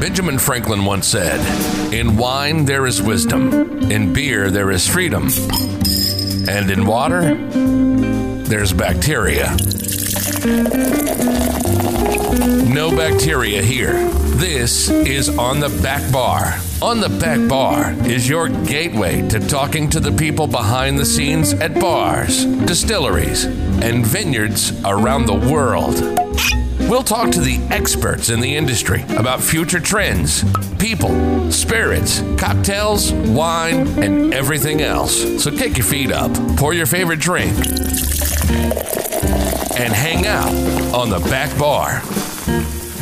Benjamin Franklin once said, In wine there is wisdom, in beer there is freedom, and in water there's bacteria. No bacteria here. This is On the Back Bar. On the Back Bar is your gateway to talking to the people behind the scenes at bars, distilleries, and vineyards around the world. We'll talk to the experts in the industry about future trends, people, spirits, cocktails, wine, and everything else. So kick your feet up, pour your favorite drink, and hang out on the back bar.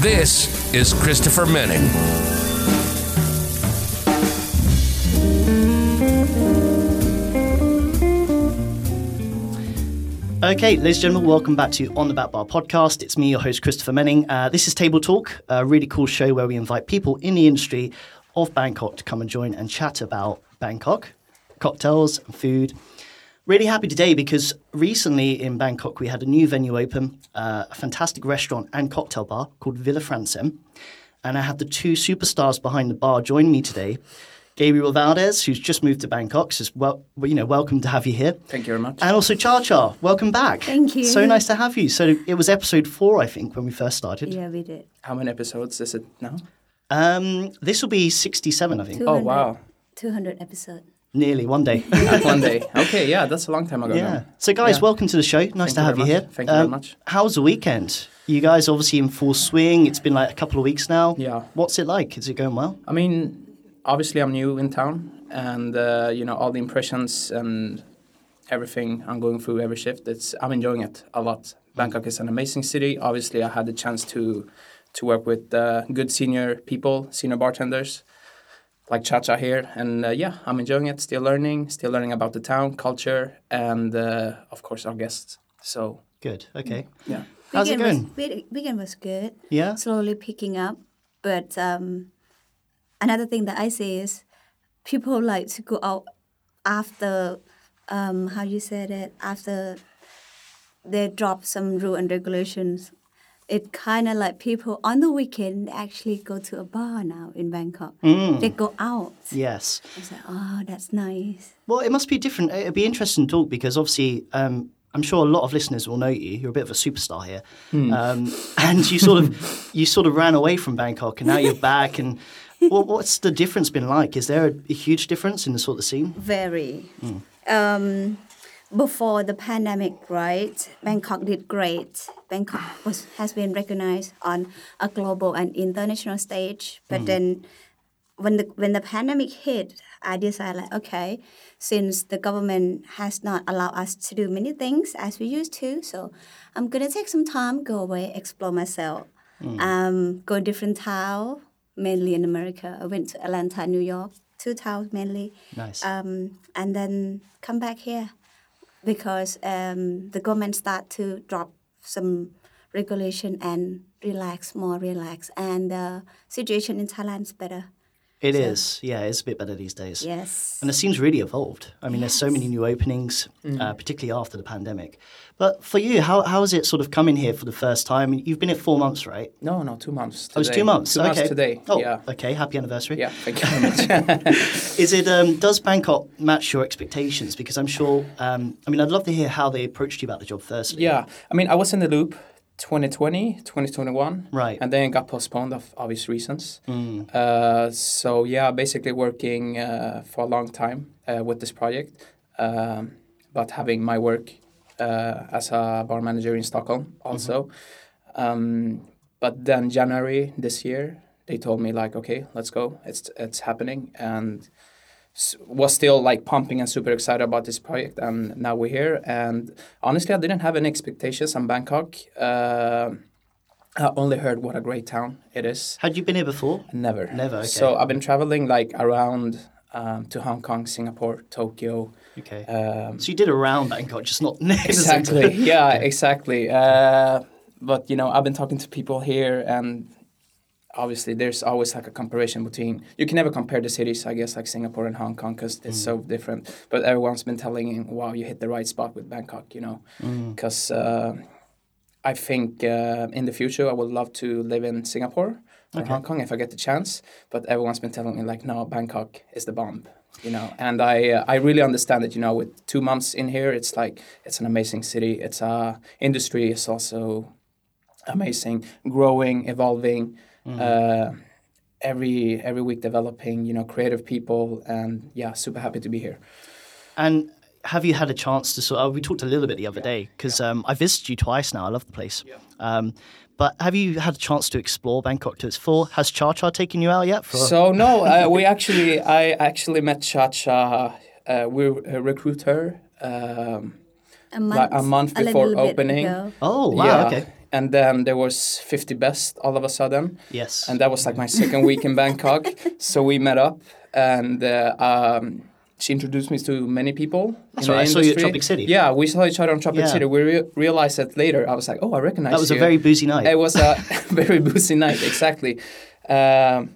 This is Christopher Menning. Okay, ladies and gentlemen, welcome back to On the Back Bar podcast. It's me, your host, Christopher Menning. Uh, this is Table Talk, a really cool show where we invite people in the industry of Bangkok to come and join and chat about Bangkok, cocktails, and food. Really happy today because recently in Bangkok we had a new venue open, uh, a fantastic restaurant and cocktail bar called Villa Francem. And I have the two superstars behind the bar join me today. Gabriel Valdez, who's just moved to Bangkok, says, "Well, you know, welcome to have you here." Thank you very much. And also, Char Char, welcome back. Thank you. So nice to have you. So it was episode four, I think, when we first started. Yeah, we did. How many episodes is it now? Um, this will be sixty-seven, I think. 200, Oh wow, 200 episode. Nearly one day. one day. Okay, yeah, that's a long time ago. yeah. now. So guys, Yeah. welcome to the show. Nice to you have you very here. Um, much. Thank you very much. How's the weekend? You guys obviously in full swing. It's been like a couple of weeks now. Yeah. What's it like? Is it going well? I mean, obviously I'm new in town, and uh, you know all the impressions and everything I'm going through every shift. It's I'm enjoying it a lot. Bangkok is an amazing city. Obviously, I had the chance to to work with uh, good senior people, senior bartenders like Chacha here, and uh, yeah, I'm enjoying it. Still learning, still learning about the town, culture, and uh, of course our guests. So Good. Okay. yeah. How's it Mm. Weekend going? Was, we- weekend was good. Yeah? Slowly picking up. But um, another thing that I see is people like to go out after, um, how you said it, after they drop some rule and regulations. It kind of like people on the weekend actually go to a bar now in Bangkok. Mm. They go out. Yes. It's like, oh, that's nice. Well, it must be different. It'd be interesting to talk because obviously, um, I'm sure a lot of listeners will know you. You're a bit of a superstar here, um, and you sort of you sort of ran away from Bangkok, and now you're back. And well, what's the difference been like? Is there a, a huge difference in the sort of scene? Very. Um, before the pandemic, right? Bangkok did great. Bangkok was, has been recognized on a global and international stage. But then, when the when the pandemic hit, I decided like, okay, since the government has not allowed us to do many things as we used to, so I'm gonna take some time, go away, explore myself, um, go different town, mainly in America. I went to Atlanta, New York, two towns mainly Nice. um, and then come back here because um, the government start to drop some regulation and relax more relax and the situation in thailand's better It is. Yeah, it's a bit better these days. yes And the scene's really evolved. I mean, there's so many new openings, uh, particularly after the pandemic. But for you, how, how has it sort of come in here for the first time? You've been here four months, right? No, no, two months. Today. Oh, it's two months. Two okay. months today. Oh, yeah. okay. Happy anniversary. Yeah, thank you very much. Is it um, does Bangkok match your expectations? Because I'm sure. Um, I mean, I'd love to hear how they approached you about the job firstly. yeah, I mean, I was in the loop 2020, 2021. Right. And then it got postponed of obvious reasons. Uh, so, yeah, basically working uh, for a long time uh, with this project, um, but having my work uh, as a bar manager in Stockholm also. Um, but then January this year, they told me like, okay, let's go. It's it's happening, and s- was still like pumping and super excited about this project. And now we're here. And honestly, I didn't have any expectations on Bangkok. Uh, I only heard what a great town it is. Had you been here before? Never. Never, okay. So I've been traveling like around um, to Hong Kong, Singapore, Tokyo. Okay. Um, so you did around Bangkok, just not exactly yeah exactly uh, but you know i've been talking to people here and obviously there's always like a comparison between you can never compare the cities i guess like singapore and hong kong because it's Mm. so different but everyone's been telling me wow you hit the right spot with bangkok you know Mm. uh, because I think uh, in the future I would love to live in Singapore for Hong Kong if I get the chance. But everyone's been telling me like, no, Bangkok is the bomb, you know. And I uh, I really understand it, you know. With two months in here, it's like it's an amazing city. It's uh, industry is also amazing, growing, evolving. Uh, every every week developing, you know, creative people, and yeah, super happy to be here. And have you had a chance to sort? Of, we talked a little bit the other day because um, I visited you twice now. I love the place. Um, but have you had a chance to explore Bangkok to its full? Has Char Char taken you out yet? For So no, uh, we actually, I actually met Cha Cha. Uh, we uh, recruit her um, A month, like a month before little bit opening. ago. oh wow, okay, And then there was 50 best all of a sudden. yes, And that was like my second week in Bangkok. So we met up and uh, um, she introduced me to many people. That's in the right, I saw you at industry. Tropic City. Yeah, we saw each other on Tropic Yeah. City. We re- realized that later. I was like, oh, I recognize that was a you. very boozy night. It was a very boozy night, exactly. Um,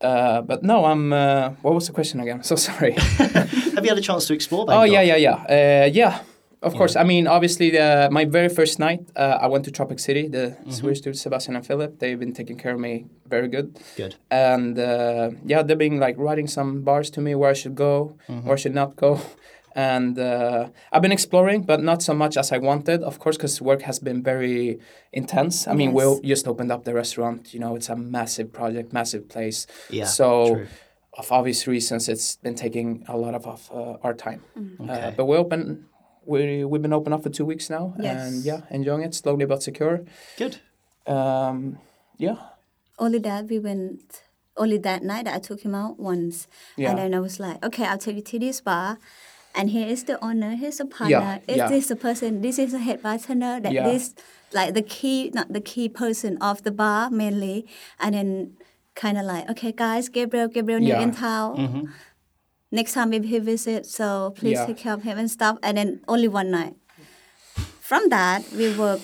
uh, but no, I'm. Uh, what was the question again? So sorry. have you had a chance to explore oh Bangkok? yeah, yeah, yeah, uh, yeah. Of course. I mean, obviously, uh, my very first night, uh, I went to Tropic City. The Swedish dudes, Sebastian and Philip, they've been taking care of me very good. Good. And uh, yeah, they've been like writing some bars to me where I should go, Mm-hmm. where I should not go. And uh, I've been exploring, but not so much as I wanted, of course, because work has been very intense. I mean, Yes. we just opened up the restaurant. You know, it's a massive project, massive place. Yeah, So, true. of obvious reasons, it's been taking a lot of, of uh, our time. Uh, Mm-hmm. Okay. but we're open. We we've been open up for two weeks now, and Yes. yeah, enjoying it slowly but secure. Good. Um, yeah, Only that we went. Only that night I took him out once, Yeah. and then I was like, okay, I'll take you to this bar. And here is the owner. Here's the partner. Is yeah. this the person? This is the head bartender. That Yeah. this, like the key, not the key person of the bar mainly. And then kind of like, okay, guys, Gabriel, Gabriel, new Yeah. Mm-hmm. in town. Next time if he visits, so please Yeah. take care of him and stuff. And then only one night. From that, we work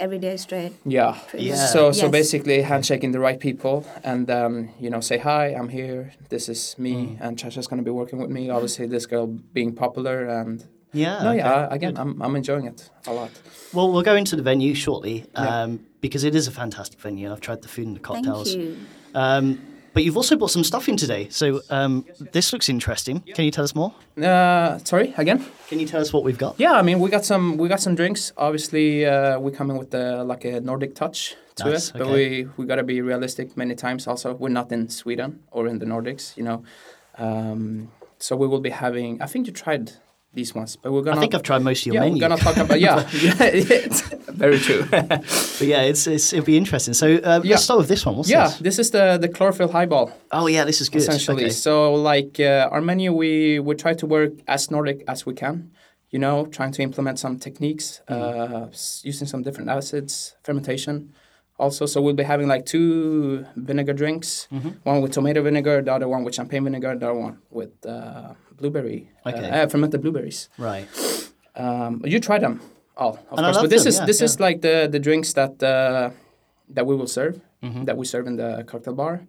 every day straight. yeah. Yeah. So so Yes. basically, handshaking the right people, and um, you know, say hi. I'm here. This is me, and Chasha's gonna be working with me. Obviously, this girl being popular, and Yeah. no, Oh, yeah. I- Again, I'm I'm enjoying it a lot. Well, we'll go into the venue shortly um, because it is a fantastic venue. I've tried the food and the Thank cocktails. you. Um, but you've also brought some stuff in today. So um, this looks interesting. Can you tell us more? Uh, sorry again. Can you tell us what we've got? Yeah, I mean, we got some we got some drinks. Obviously, uh, we're coming with the, like a Nordic touch to Nice, it, but okay. we we gotta be realistic. Many times, also, we're not in Sweden or in the Nordics, you know. Um, so we will be having. I think you tried these ones, but we're gonna. I think I've tried most of your yeah, menu. we're gonna talk about yeah, yeah, it's very true. But yeah, it's, it's it'll be interesting. So uh, Yeah. let's start with this one. What's yeah, this? this is the the chlorophyll highball. Oh yeah, this is good. essentially. Okay. So like uh, our menu, we we try to work as Nordic as we can. You know, trying to implement some techniques, Mm-hmm. uh, s- using some different acids, fermentation. Also, so we'll be having like two vinegar drinks, Mm-hmm. one with tomato vinegar, the other one with champagne vinegar, the other one with uh, blueberry, Okay. uh, uh, fermented blueberries. Right. Um, you try them all, of I course. love But this them, is yeah, this yeah. is like the the drinks that uh, that we will serve, Mm-hmm. that we serve in the cocktail bar,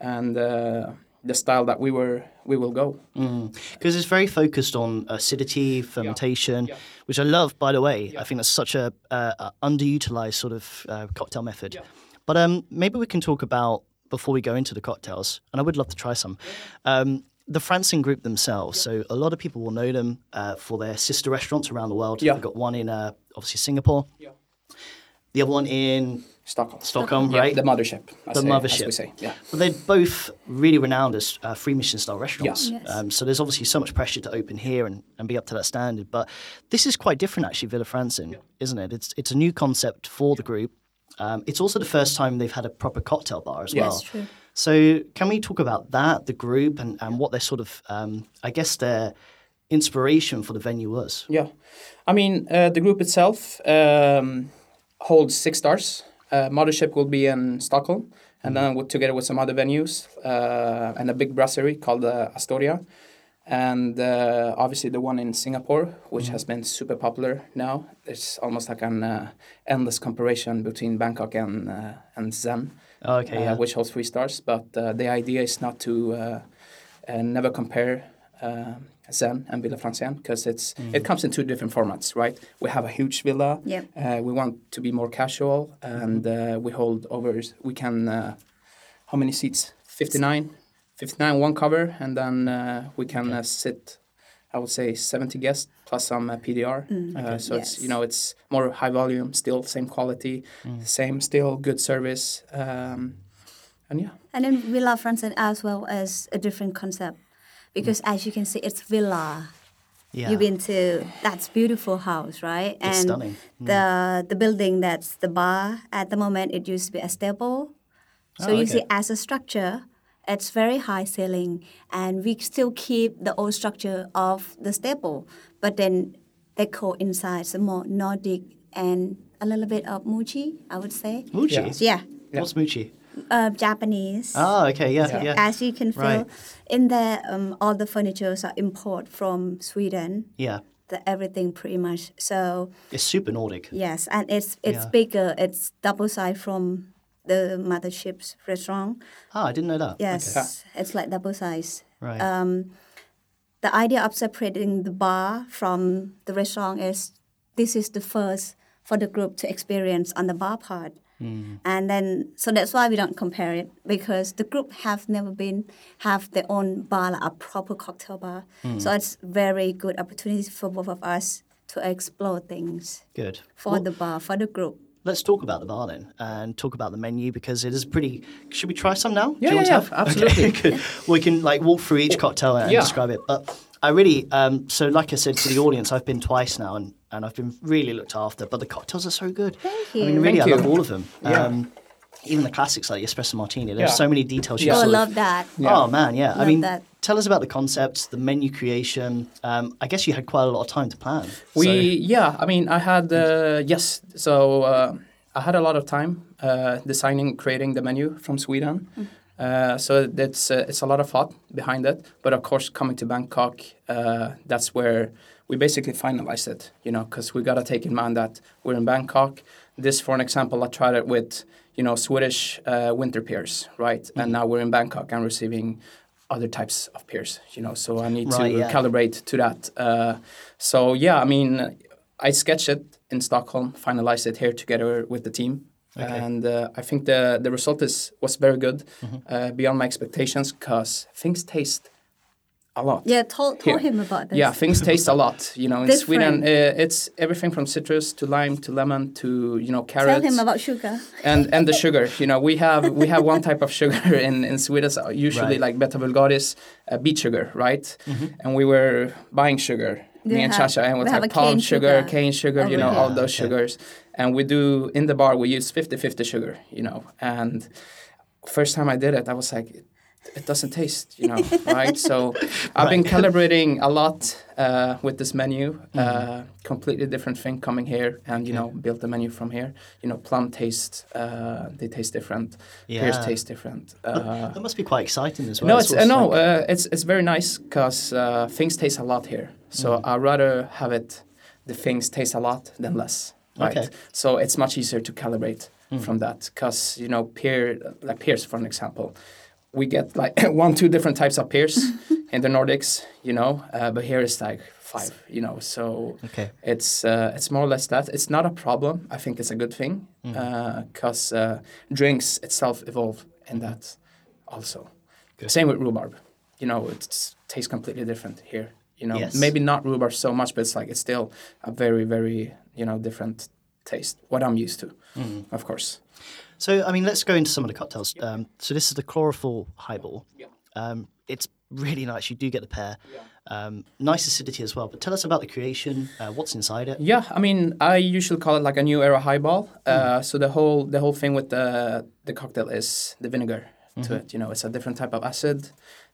and uh, the style that we were we will go. Mm. Because it's very focused on acidity, fermentation, which I love, by the way. I think that's such a, uh, a underutilized sort of uh, cocktail method. But um, maybe we can talk about, before we go into the cocktails, and I would love to try some, um, the Francine Group themselves. So a lot of people will know them uh, for their sister restaurants around the world. Yeah. They've got one in, uh, obviously, Singapore. Yeah. The other one in Stockholm, Stockholm, Yeah, right? The mothership. I The say, mothership. As we say, yeah. But they're both really renowned as uh, free Michelin style restaurants. Yeah. Yes. Um, so there's obviously so much pressure to open here and, and be up to that standard. But this is quite different, actually, Villa Francine, isn't it? It's, it's a new concept for the group. Um, it's also the first time they've had a proper cocktail bar as well. That's true. So can we talk about that, the group, and, and what their sort of, um, I guess, their inspiration for the venue was? Yeah, I mean uh, the group itself um, holds six stars. Uh, Mothership will be in Stockholm, and then with, together with some other venues uh, and a big brasserie called uh, Astoria, and uh, obviously the one in Singapore, which has been super popular now. It's almost like an uh, endless comparison between Bangkok and uh, and Zen, Oh, okay, uh, yeah. which holds three stars. But uh, the idea is not to uh, uh, never compare uh, Zen and Villa Franciane because it's it comes in two different formats, right? We have a huge villa. Yep. Uh, we want to be more casual, and uh, we hold over. We can uh, how many seats? 59. 59 one cover, and then uh, we can uh, sit. I would say 70 guests plus some uh, PDR. Uh, so it's you Yes. know it's more high volume, still same quality, same still good service, um, and yeah. And then Villa Franzen as well as a different concept. Because as you can see, it's villa. Mm. Yeah. You've been to that's beautiful house, right? It's and stunning. Mm. the the building that's the bar at the moment it used to be a stable. So Oh, you okay. see as a structure, it's very high ceiling and we still keep the old structure of the stable, but then they call inside some more Nordic and a little bit of Muji, I would say. Moochie. Yeah. What's Moochie? Uh, Japanese. Oh, okay. Yeah. Yeah. Yeah. As you can feel Right. in there, um, all the furnitures are import from Sweden. Yeah. The everything pretty much. So It's super Nordic. yes, and it's it's Yeah. bigger. It's double size from the mothership's restaurant. Ah, I didn't know that. Yes, Okay. it's like double size. Right. The idea of separating the bar from the restaurant is this is the first for the group to experience on the bar part. Mm. And then, so that's why we don't compare it because the group have never been have their own bar, like a proper cocktail bar. Mm. So it's very good opportunity for both of us to explore things Good. for the bar, for the group. Let's talk about the bar then and talk about the menu because it is pretty. Should we try some now? Yeah, Do you want yeah, to yeah, have? Absolutely. Good. We can like walk through each cocktail and Yeah. describe it. But I really, um, so like I said to the audience, I've been twice now and, and I've been really looked after. But the cocktails are so good. Thank I mean, you. really, Thank I you. love all of them. Yeah. Um, even the classics like the espresso martini. There's Yeah. so many details. you Yeah. Oh, I sort of- love that. Oh man, yeah. I Love mean, that. tell us about the concepts, the menu creation. Um, I guess you had quite a lot of time to plan. We so- yeah, I mean, I had uh, yes, so uh, I had a lot of time uh, designing, creating the menu from Sweden. Uh, so that's uh, it's a lot of thought behind it, but of course, coming to Bangkok, uh, that's where we basically finalized it. You know, because we gotta take in mind that we're in Bangkok. This, for an example, I tried it with you know Swedish uh, winter pears, right? And now we're in Bangkok and receiving other types of pears. You know, so I need Right, to yeah. calibrate to that. Uh, so yeah, I mean, I sketched it in Stockholm, finalized it here together with the team, and uh, I think the the result is was very good, uh, beyond my expectations, because things taste a lot. Yeah, told, here. told him about this. Yeah, things taste a lot. You know, in Sweden, Different. uh, it's everything from citrus to lime to lemon to you know Tell carrots him about sugar. and and the sugar. You know, we have we have one type of sugar in in Sweden, so usually Right. like beta vulgaris, uh, beet sugar, right? And we were buying sugar. They Me and have- Chacha, and they we have have a palm cane sugar, sugar. cane sugar, you Oh, know, really? all those sugars. And we do in the bar, we use 50 50 sugar, you know. And first time I did it, I was like, it, it doesn't taste, you know, right? So I've been calibrating a lot uh, with this menu. Mm-hmm. Uh, completely different thing coming here, and you know, built the menu from here. You know, plum taste, uh, they taste different. Pears Yeah. taste different. Uh, that must be quite exciting as well. no, it's, sort uh, of no, like- uh, it's it's very nice because uh, things taste a lot here. So Mm. i rather have it, the things taste a lot than less. Right? Okay. So it's much easier to calibrate from that because you know peer like peers for an example, we get like one two different types of peers in the Nordics, you know, uh, but here it's like five, you know. So Okay. it's uh, it's more or less that. It's not a problem. I think it's a good thing because uh, drinks itself evolve in that also. Same with rhubarb. You know, it tastes completely different here. You know, Yes. Um, maybe not rhubarb so much, but it's like it's still a very very you know different taste. What I'm used to, of course. So, I mean, let's go into some of the cocktails. Um, so, this is the chlorophyll highball. Um, it's really nice. You do get the pear. Um, nice acidity as well. But tell us about the creation, uh, what's inside it. Yeah, I mean, I usually call it like a new era highball. Uh, so the whole the whole thing with the the cocktail is the vinegar to it. You know, it's a different type of acid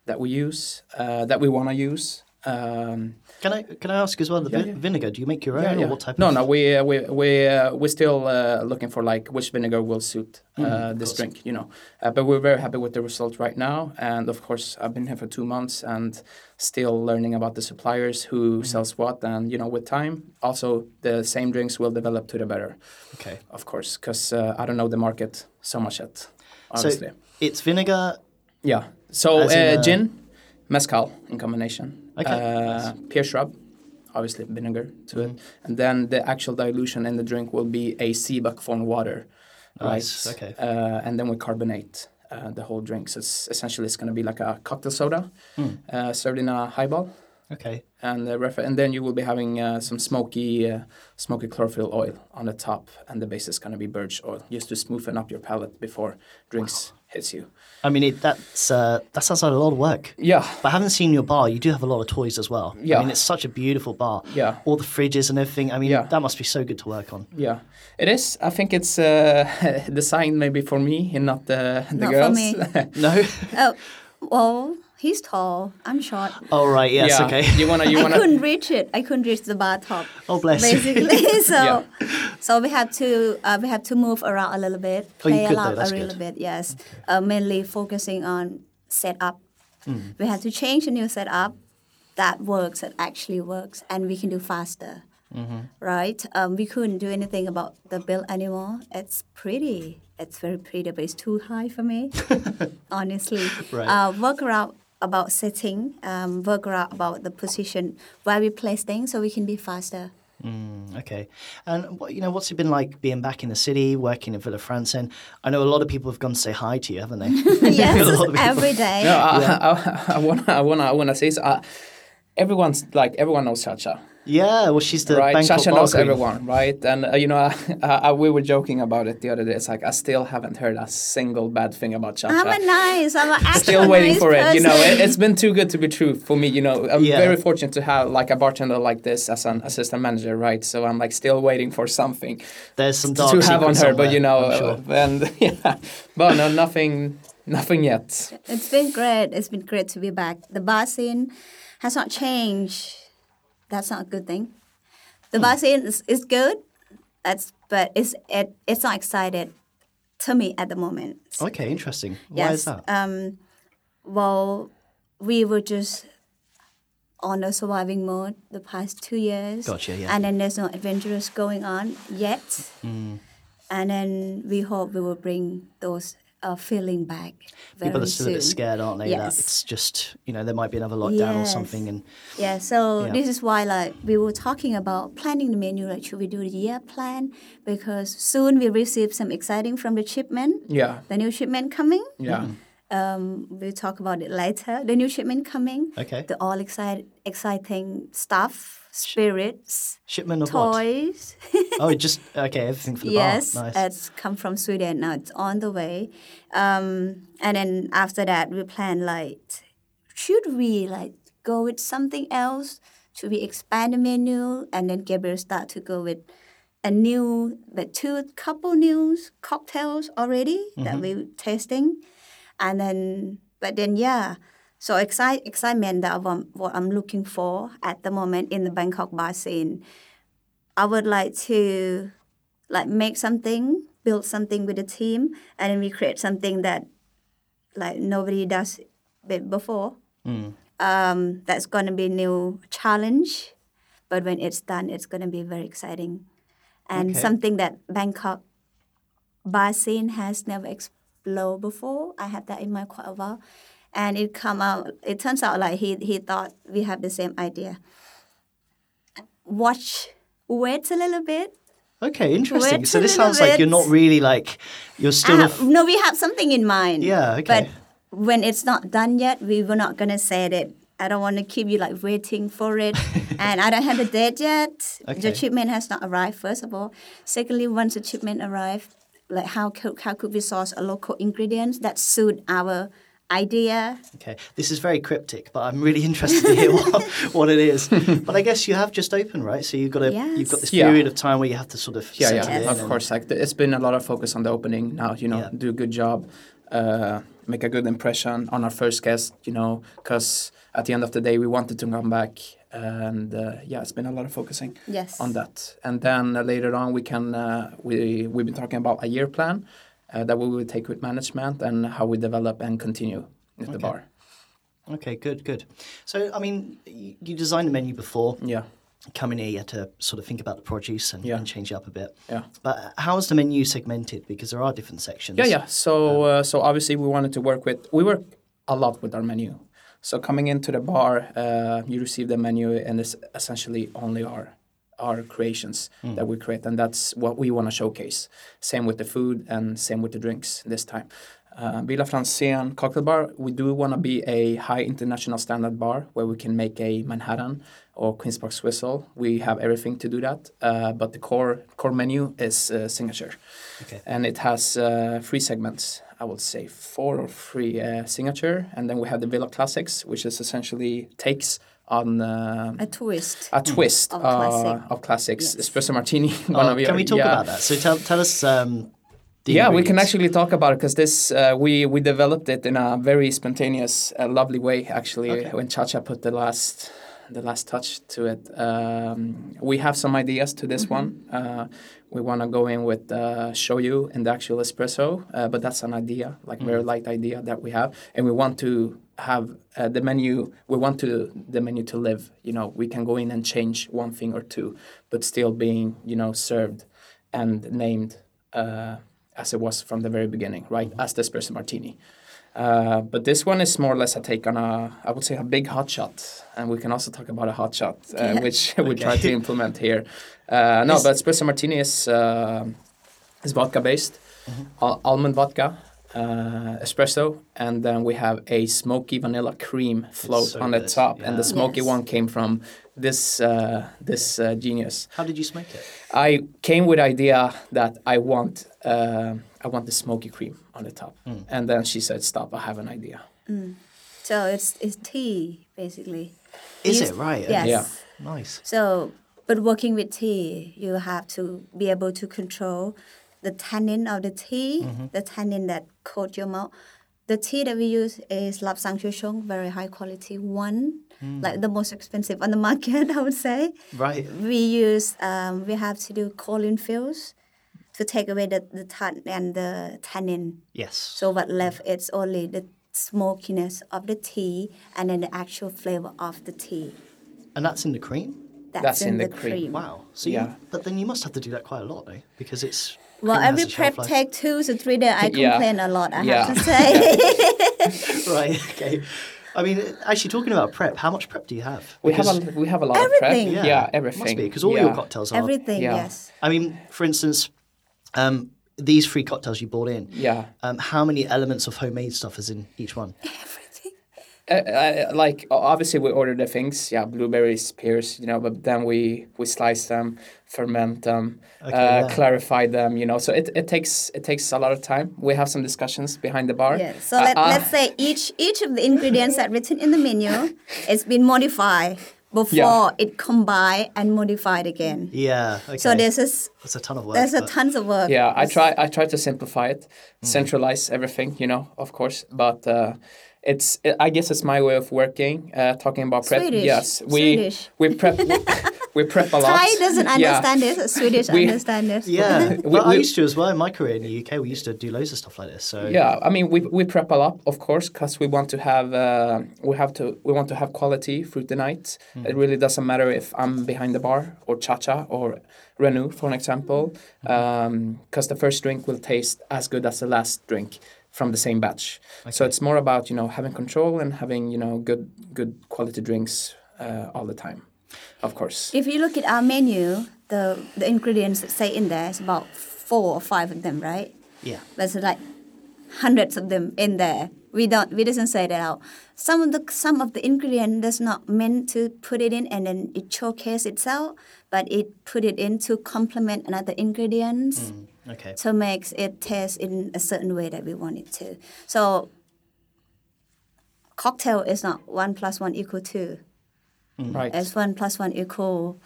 that we use uh, that we want to use. Um, Can I can I ask as well the vi- vinegar? Do you make your own or what type no, of no, we uh, we we uh, we're still uh, looking for like which vinegar will suit uh, Mm, this drink, you know. Uh, but we're very happy with the result right now, and of course, I've been here for two months and still learning about the suppliers Mm-hmm. who sells what, and you know, with time, also the same drinks will develop to the better, Okay. of course, because uh, I don't know the market so much yet, honestly. So, it's vinegar. Yeah. So As in, uh, uh, gin, mezcal in combination. Okay, Uh, Pear shrub, obviously vinegar to it, Mm-hmm. and then the actual dilution in the drink will be a sea buck water. Nice, right? okay. Uh, and then we carbonate uh, the whole drink. So it's, essentially, it's going to be like a cocktail soda Hmm. uh, served in a highball, Okay. and uh, ref- and then you will be having uh, some smoky uh, smoky chlorophyll oil on the top, and the base is going to be birch oil, just to smoothen up your palate before drinks hits you. I mean, it, that's uh, that sounds like a lot of work. Yeah, But I haven't seen your bar. You do have a lot of toys as well. I Yeah. mean, it's such a beautiful bar. Yeah. All the fridges and everything. I mean, Yeah. that must be so good to work on. yeah, it is. I think it's uh, designed maybe for me and not the the Not for girls. me. No? Oh, well, he's tall. I'm short. oh, right. Yes. yeah, Okay. you wanna you I wanna couldn't reach it. I couldn't reach the bar top. Oh, bless you. Basically, so so we had to uh, we had to move around a little bit, Oh, you play could though, around that's a little good. bit. Yes, uh, mainly focusing on setup. Mm. We had to change the new setup that works, that actually works, and we can do faster. Right? Um, we couldn't do anything about the bill anymore. It's pretty. It's very pretty, but it's too high for me honestly. Right. Uh, work around about setting, um, work around about the position where we place things so we can be faster. Okay. And what, you know, what's it been like being back in the city, working in Villa France? And I know a lot of people have gone to say hi to you, haven't they? yes, A lot of people. every day. No, I, I, I, wanna, I wanna, I wanna say so. I, everyone's like everyone knows Chacha, yeah. Well, she's the right? Bangkok Chacha bar knows queen. everyone, right? And uh, you know, I, I, we were joking about it the other day. It's like I still haven't heard a single bad thing about Chacha. I'm a nice, I'm an actual still waiting nice for it. You know, person. it, it's been too good to be true for me. You know, I'm Yeah. very fortunate to have like a bartender like this as an assistant manager, right? So I'm like still waiting for something There's some dark to have on her, secret but you know, somewhere, I'm sure. uh, and yeah, but no, nothing, nothing yet. It's been great. It's been great to be back. The bar scene has not changed. That's not a good thing. The bar scene is, is good. That's but it's it, it's not excited to me at the moment. Okay. Interesting. Why is Yes. that? Um, well, we were just on a surviving mode the past two years. Gotcha, yeah. And then there's no adventurous going on yet. Mm. And then we hope we will bring those uh, feeling back. Very People are still soon. a bit scared, aren't they? Yes. That it's just, you know, there might be another lockdown or Yes. something. And Yeah, so Yeah. this is why like we were talking about planning the menu. Like, should we do the year plan? Because soon we receive some exciting from the shipment. Yeah, The new shipment coming. yeah. Um, we'll talk about it later. The new shipment coming. Okay. The all excite, exciting stuff, spirits, shipment of what? toys. Oh, it just okay. Everything for the yes, bar. Nice. it's come from Sweden. Now it's on the way. Um, and then after that, we plan like, should we like go with something else? Should we expand the menu? And then Gabriel start to go with a new, but two couple new cocktails already Mm-hmm. that we tasting, and then but then yeah. So excite, excitement that I'm, what I'm looking for at the moment in the Bangkok bar scene. I would like to like make something, build something with a team, and then we create something that like nobody does it before. Um, that's gonna be new challenge, but when it's done, it's gonna be very exciting, and Okay. something that Bangkok bar scene has never explored before. I had that in my quite a while, and it come out. It turns out like he he thought we have the same idea. Watch, wait a little bit, okay, interesting. Wait So a this little sounds like you're bit. not really like you're still. a Ah, f- no, we have something in mind. Yeah, But okay. when it's not done yet, we were not gonna say it. I don't want to keep you like waiting for it, and I don't have the date yet. Okay. The shipment has not arrived. First of all, secondly, once the shipment arrived, like how could, how could we source a local ingredients that suit our idea? okay, this is very cryptic, but I'm really interested to hear what, what it is. But I guess you have just opened, right? So you've got a you've got this Yes. Yeah. period of time where you have to sort of yeah, settle yeah, in Yes. of and- course. Like th- it's been a lot of focus on the opening now. You know, Yeah. do a good job, uh, make a good impression on our first guest. You know, because at the end of the day, we wanted to come back, and uh, yeah, it's been a lot of focusing Yes. on that. And then uh, later on, we can uh, we we've been talking about a year plan uh, that we will take with management and how we develop and continue with the bar. Okay, good, good. So I mean, you, you designed the menu before. Yeah. Coming here, you had to sort of think about the produce and, Yeah. and change it up a bit. Yeah. But how is the menu segmented? Because there are different sections. Yeah, yeah. So uh, so obviously we wanted to work with we work a lot with our menu. So coming into the bar, uh, you receive the menu, and it's essentially only our our creations that we create, and that's what we want to showcase. Same with the food, and same with the drinks this time. uh, Villa Francean cocktail bar, we do want to be a high international standard bar where we can make a Manhattan or Queen's Park Swizzle. We have everything to do that, uh, but the core core menu is uh, signature, Okay. and it has uh, three segments. I would say four or three uh, signature, and then we have the Villa Classics, which is essentially takes on. um a tourist. Uh, a twist Mm. Of of, classic. of classics, Yes. espresso martini. one Oh, of your- can we talk yeah. about that? So tell, tell us. Um, the yeah, we can ingredients. actually talk about it because this uh, we we developed it in a very spontaneous, uh, lovely way. Actually, when Chacha put the last the last touch to it, um, we have some ideas to this one. Uh, we want to go in with uh, shoyu and the actual espresso, uh, but that's an idea, like very light idea that we have, and we want to have uh, the menu. We want to the menu to live. You know, we can go in and change one thing or two, but still being you know served and named uh, as it was from the very beginning, right? As the espresso martini. Uh, but this one is more or less a take on a, I would say, a big hot shot, and we can also talk about a hot shot, uh, which we try to implement here. Uh, no, but espresso martini is uh, is vodka based, Mm-hmm. al- almond vodka, uh, espresso, and then we have a smoky vanilla cream float so on the good, top, and the yeah. smoky Yes. one came from this uh, this uh, genius. How did you smoke it? I came with idea that I want uh, I want the smoky cream on the top, Hmm. and then she said, "Stop! I have an idea." So it's it's tea basically. Is Yes. it right? Yes. Yeah. Nice. So, but working with tea, you have to be able to control the tannin of the tea, the tannin that coat your mouth. The tea that we use is Lap Sang Chu Shong, very high quality one, like the most expensive on the market, I would say. Right. We use, um, we have to do colin fills to take away the, the tan and the tannin. Yes. So what left is only the smokiness of the tea and then the actual flavor of the tea. and that's in the cream. That's, That's in, the, cream. Wow. So Yeah. you, but then you must have to do that quite a lot, though, because it's Well, cream has every a shelf prep life. take two to three days. I Yeah. complain a lot. I Yeah. have to say. right. Okay. I mean, actually, talking about prep, how much prep do you have? We have Because- a we have a lot Everything. of prep. Yeah, everything. Must be because all your Yeah. cocktails are. Everything. Yeah. Yes. I mean, for instance, um, these three cocktails you bought in. Yeah. Um, how many elements of homemade stuff is in each one? Uh, uh, like o- obviously we order the things, yeah, blueberries, pears, you know, but then we we slice them, ferment them, uh, yeah. clarify them, you know. So it, it takes it takes a lot of time. We have some discussions behind the bar. Yes. So Uh, let, uh, let's say each each of the ingredients that written in the menu is been modified before it combined and modified again. Yeah. Okay. So there's a s- That's a ton of work. there's a but- tons of work. yeah i try i try to simplify it Mm-hmm. centralize everything you know of course but uh, it's i guess it's my way of working uh, talking about prep Swedish. yes we Swedish. we prep we prep a lot Thai doesn't understand yeah. this. Swedish We- understand this. Yeah, We- but I we- used to as well in my career in the UK. We used to do loads of stuff like this. So yeah i mean we, we prep a lot of course because we want to have uh, we have to we want to have quality through the night it really doesn't matter if i'm behind the bar or chacha or renu for an example because the first drink will taste as good as the last drink from the same batch so it's more about you know having control and having you know good good quality drinks uh, all the time of course If you look at our menu, the the ingredients that say in there is about four or five of them, right? yeah, there's like hundreds of them in there. We don't we doesn't say that out. Some of the some of the ingredient that's not meant to put it in and then it showcase itself, but it put it in to complement another ingredients okay, to makes it taste in a certain way that we want it to. So cocktail is not one plus one equal two. right It's one plus one equal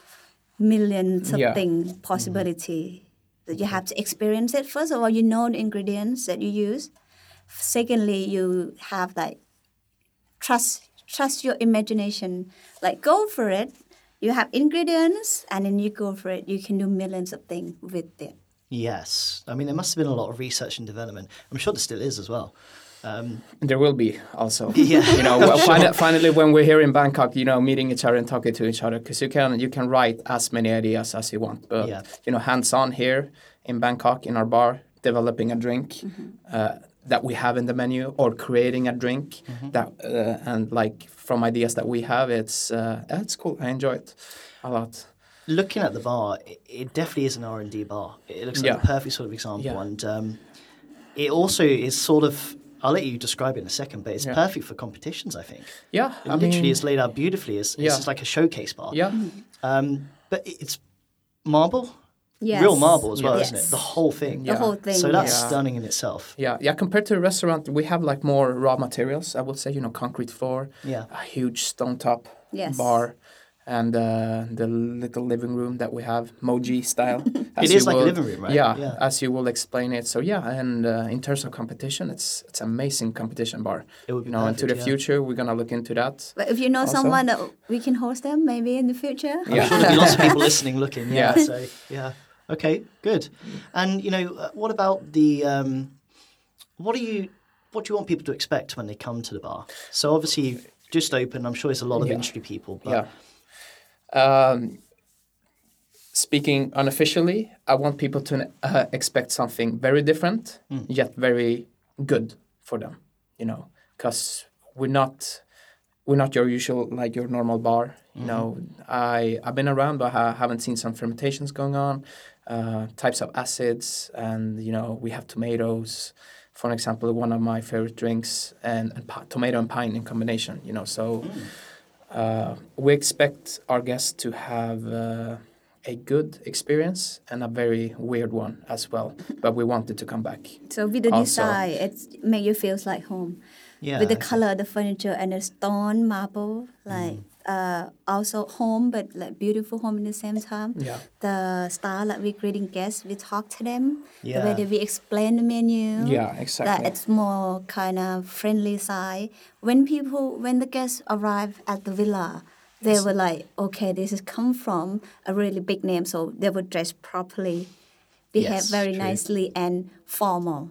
millions of Yeah. thing possibility. That you have to experience it first of all. You know the ingredients that you use. Secondly, you have like trust trust your imagination. Like go for it. You have ingredients, and then you go for it. You can do millions of things with it. yes. I mean, there must have been a lot of research and development. I'm sure there still is as well. There will be also. Yeah. You know, well, fin- finally, when we're here in Bangkok, you know, meeting each other and talking to each other, because you can you can write as many ideas as you want, but Yeah. you know, hands on here in Bangkok in our bar, developing a drink Mm-hmm. uh, that we have in the menu or creating a drink Mm-hmm. that uh, and like from ideas that we have, it's uh, it's cool. I enjoy it a lot. Looking at the bar, i- it definitely is an R and D bar. It looks like Yeah. the perfect sort of example, Yeah. and um, it also is sort of I'll let you describe it in a second, but it's Yeah. perfect for competitions, I think. Yeah, It I literally mean- is laid out beautifully. It's, it's Yeah. just like a showcase bar. Yeah, Um, but it- it's marble, Yes. real marble as well, Yes. isn't it? The whole thing. The whole thing. So that's yes. stunning in itself. yeah, yeah. Compared to a restaurant, we have like more raw materials. I would say, you know, concrete floor, Yeah. a huge stone top Yes. bar, and uh, the little living room that we have, moji style. as It you is like a will- living room, right? Yeah, Yeah. as you will explain it. So yeah, and uh, in terms of competition, it's it's amazing competition bar. It would be you know, into perfect, the yeah. future, we're gonna look into that. But if you know Also- someone that we can host them maybe in the future. I'm sure there'll be lots of people listening, looking. Yeah. Yeah. So yeah. Okay. Good. And you know, uh, what about the? Um, what do you? What do you want people to expect when they come to the bar? So obviously, you've just opened. I'm sure there's a lot of Yeah. industry people. But yeah. Um, speaking unofficially, I want people to uh, expect something very different, yet very good for them. You know, because we're not we're not your usual like your normal bar. You know, I I've been around, but I haven't seen some fermentations going on, uh, types of acids, and you know we have tomatoes. For an example, one of my favorite drinks and, and pi- tomato and pine in combination. You know, so uh, we expect our guests to have uh, a good experience and a very weird one as well. but we want it to come back. So with the Also- design, it's make you feels like home. yeah. with the color, the furniture, and the stone marble, like Mm. uh, also home, but like beautiful home in the same time. Yeah. The style like we greeting guests, we talk to them, the Yeah. way that we explain the menu. Yeah, That exactly. it's more kind of friendly side. When people, when the guests arrive at the villa, they were like, okay, this has come from a really big name, so they would dress properly, behave Yes, very true. Hmm. nicely and formal.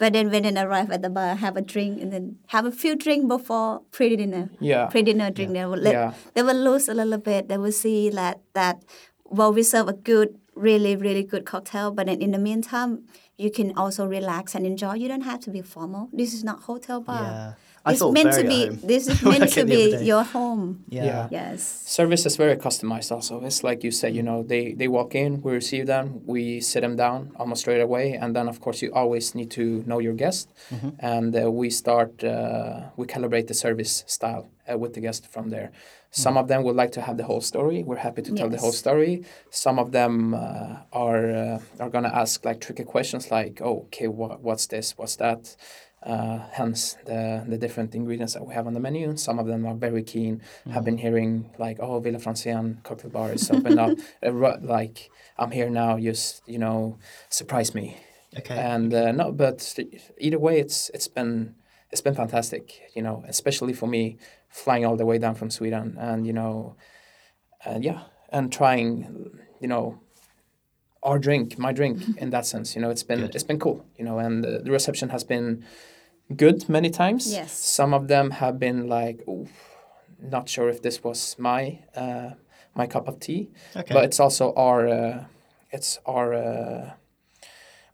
But then when they arrive at the bar, have a drink and then have a few drink before pre dinner. Yeah. Pre dinner drink. They will let, Yeah. they will lose a little bit. They will see that that well we serve a good, really, really good cocktail, but then in the meantime you can also relax and enjoy. You don't have to be formal. This is not hotel bar. Yeah. I it's felt meant very to at be home this is when I meant to came the other be day. your home. Yeah. Yeah. Yes. Service is very customized also. It's like you say, you know, they, they walk in, we receive them, we sit them down almost straight away. And then, of course, you always need to know your guest. And uh, we start, uh, we calibrate the service style uh, with the guest from there. Some of them would like to have the whole story. We're happy to tell the whole Yes. story. Some of them uh, are uh, are gonna ask like tricky questions, like, oh, okay, what what's this? What's that? Uh, hence the the different ingredients that we have on the menu. Some of them are very keen. Have been hearing like, oh, Villa Franciane cocktail bar is opened up. Uh, ru- like, I'm here now. Just you know, surprise me. Okay. And uh, no, but either way, it's it's been it's been fantastic. You know, especially for me, flying all the way down from Sweden, and you know, and yeah, and trying, you know, our drink, my drink, Mm-hmm. in that sense. You know, it's been it's been cool. You know, and uh, the reception has been good many times. Yes. Some of them have been like, Ooh, not sure if this was my uh, my cup of tea. Okay. But it's also our uh, it's our uh,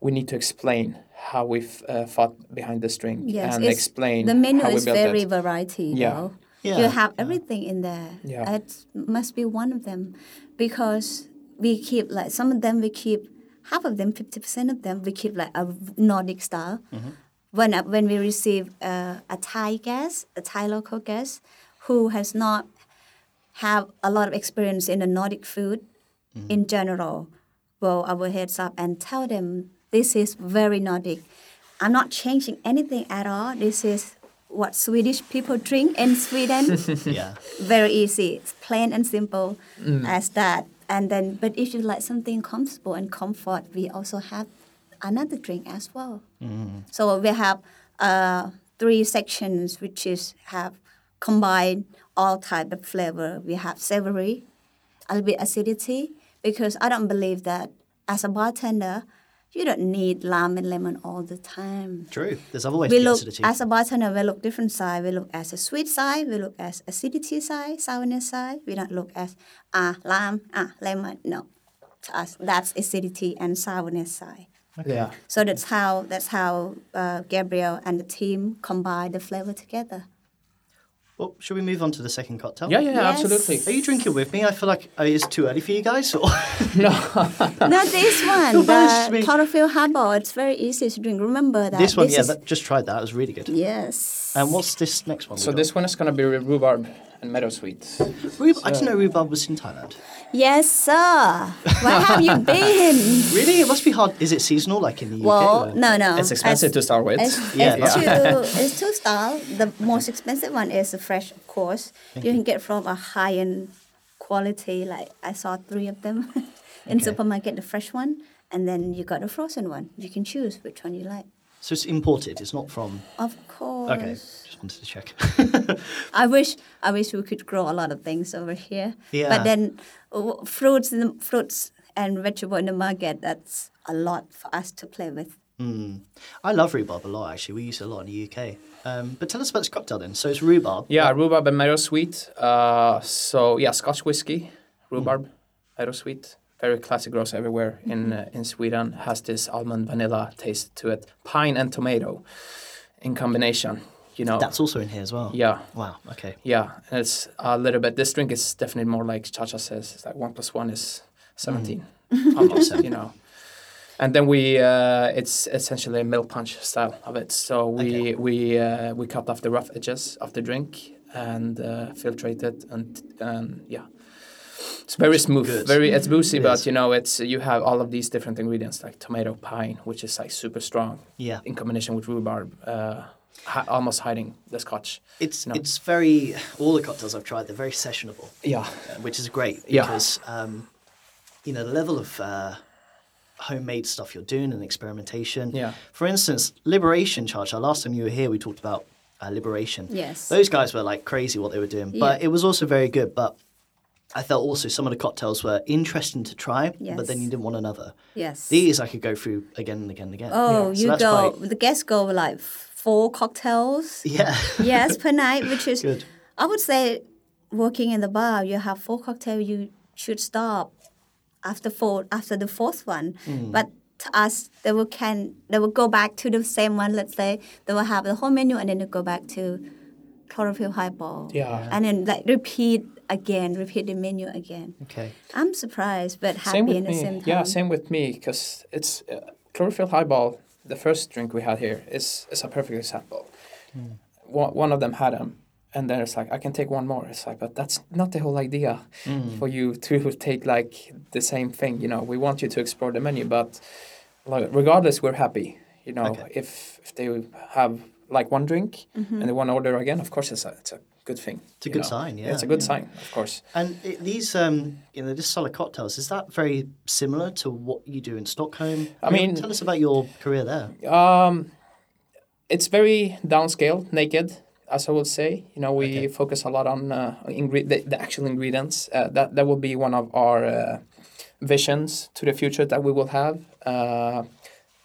we need to explain how we've uh, fought behind this drink Yes, and it's- explain the menu how we is built very it. variety. Yeah. though. Yeah, you have everything in there. Yeah. it must be one of them, because we keep like some of them we keep half of them fifty percent of them we keep like a Nordic style. When uh, when we receive uh, a Thai guest, a Thai local guest, who has not have a lot of experience in the Nordic food in general, well, our heads up and tell them this is very Nordic. I'm not changing anything at all. This is what Swedish people drink in Sweden. yeah. very easy, it's plain and simple as that. And then, but if you like something comfortable and comfort, we also have another drink as well. So we have uh, three sections, which is have combined all type of flavor. We have savory, a little bit acidity, because I don't believe that as a bartender, you don't need lime and lemon all the time True. There's other ways we to get look acidity. as a bartender we look different side we look as a sweet side we look as acidity side sourness side we don't look as ah lime ah lemon no to us that's acidity and sourness side Yeah. so that's how that's how uh, gabriel and the team combine the flavor together Well, should we move on to the second cocktail? Yeah, yeah, Yes. Are absolutely. you drinking with me? I feel like uh, it's too early for you guys. Or Not this one. that's the me. chlorophyll harbor. It's very easy to drink. Remember that. this one, yeah, is- that, just tried that. It was really good. yes. And what's this next one? we So got? this one is gonna be re- rhubarb and meadow sweet. Rhub- uh, I didn't know rhubarb was in Thailand. Yes, sir. Where have you been? Really? It must be hard. Is it seasonal, like in the Well, UK? or- no, no. It's expensive to start with. It's, Yeah, it's two. It's two style. The most expensive one is the fresh, of course. you can get from a high end quality. Like I saw three of them in Okay. supermarket. The fresh one, and then you got the frozen one. You can choose which one you like. So it's imported. It's not from. Of course. Okay, just wanted to check. I wish I wish we could grow a lot of things over here. Yeah. But then w- fruits in the, fruits and vegetable in the market that's a lot for us to play with. I love rhubarb a lot. Actually, we use it a lot in the UK. Um, but tell us about this cocktail then. So it's rhubarb. Yeah, rhubarb and meadow sweet. Uh, so yeah, Scotch whiskey, rhubarb, meadow sweet. Very classic, grows everywhere Mm-hmm. in uh, in Sweden. Has this almond vanilla taste to it. Pine and tomato, in combination. You know. That's also in here as well. yeah. Wow. Okay. Yeah, and it's a little bit. This drink is definitely more like Chacha says. It's like one plus one is seventeen, almost. you know. And then we, uh, it's essentially a milk punch style of it. So we we uh, we cut off the rough edges of the drink and uh, filtrate it, and and yeah, it's very smooth. good. Very it's boozy, It but is. you know it's you have all of these different ingredients like tomato pine, which is like super strong. Yeah. In combination with rhubarb, uh, hi- almost hiding the scotch. It's No. it's very all the cocktails I've tried. They're very sessionable. Yeah. uh, which is great Yeah. because um, you know the level of uh, homemade stuff you're doing and experimentation. Yeah. For instance, Liberation Charge. Our last time you were here, we talked about uh, Liberation. Yes. Those guys were like crazy what they were doing, but Yeah. it was also very good. But I felt also some of the cocktails were interesting to try, but then Yes. you didn't want another. Yes. These I could go through again and again and again. oh, Yeah. So you that's go. quite- The guests go with like four cocktails. yeah. yes, per night, which is Good. I would say working in the bar, you have four cocktails, you should stop after four after the fourth one. Mm. But to us, they will can they will go back to the same one. Let's say they will have the whole menu and then they go back to chlorophyll highball. Yeah. and then like repeat again, repeat the menu again. okay. I'm surprised, but happy same with in the me. same time. Yeah, same with me because it's uh, chlorophyll highball. The first drink we had here is is a perfect example. Hmm. One, one of them had them, and then it's like I can take one more. It's like, but that's not the whole idea Hmm. for you to take like the same thing. You know, we want you to explore the menu, but like, regardless, we're happy. You know, Okay. if if they have like one drink Mm-hmm. and they want to order again, of course it's a it's a good thing. It's a you good know. sign, it's a yeah, good yeah. sign, of course. And it, these, um, you know, this solid cocktails is that very similar to what you do in Stockholm? I mean- tell us about your career there. Um, it's very downscale, naked, as I would say. You know, we Okay. focus a lot on uh, ingre- the, the actual ingredients. Uh, that that will be one of our uh, visions to the future that we will have. Uh,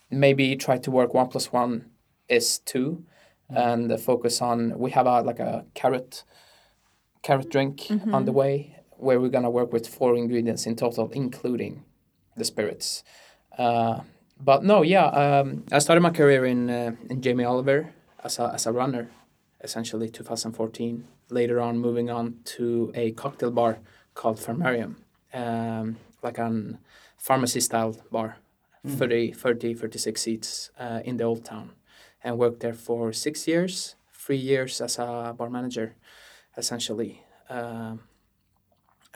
maybe try to work one plus one is two, and focus on. We have a like a carrot carrot drink on the way where we're gonna work with four ingredients in total, including the spirits. Uh, but no, yeah, um, I started my career in uh, in Jamie Oliver as a as a runner, essentially 2014. Later on, moving on to a cocktail bar called Pharmarium, um, like an pharmacy style bar, 30, 30, 36 seats uh, in the old town, and worked there for six years, three years as a bar manager, essentially, um,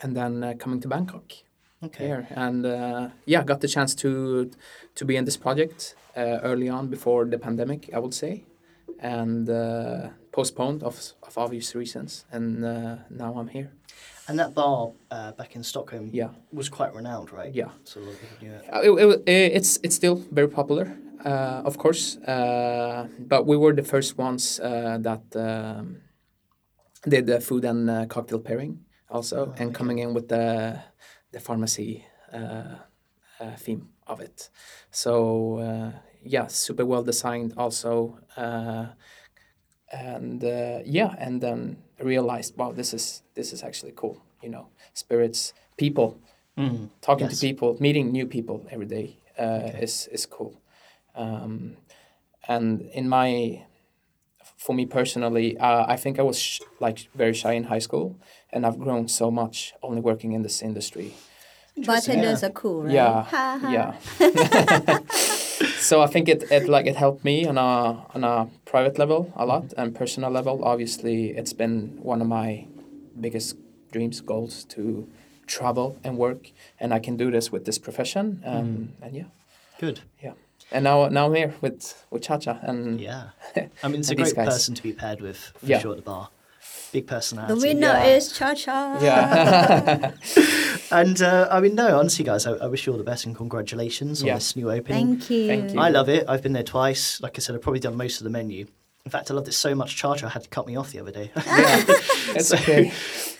and then uh, coming to Bangkok Okay. here and uh, yeah got the chance to to be in this project uh, early on before the pandemic i would say and uh, postponed of, of obvious reasons and uh, now i'm here And that bar uh, back in Stockholm, Yeah. was quite renowned, right? Yeah. So a lot of people knew it. Uh, it- it- it's it's still very popular uh, of course uh, but we were the first ones uh, that um, did the food and uh, cocktail pairing also and coming in with the the pharmacy uh, uh, theme of it. So uh, yeah, super well designed also, uh, and uh, yeah, and then realized wow, this is this is actually cool. You know, spirits, people, talking yes. to people, meeting new people every day uh, is is cool. Um, and in my for me personally, uh, I think I was sh- like very shy in high school, and I've grown so much only working in this industry. Bartenders are cool, right? Yeah, Ha, ha. yeah. so I think it, it like it helped me on a on a private level a lot and personal level. Obviously, it's been one of my biggest dreams goals to travel and work, and I can do this with this profession. Um, And yeah, Good. yeah. And now now I'm here with with Cha Cha and Yeah. I mean, it's a And these great guys. person to be paired with for Yeah. sure at the bar. Big personality. The winner Yeah. is Cha Cha. yeah. And uh, I mean, no, honestly, guys, I, I wish you all the best and congratulations Yeah. on this new opening. Thank you. Thank you. I love it. I've been there twice. Like I said, I've probably done most of the menu. In fact, I love this so much. Charger had to cut me off the other day. it's okay.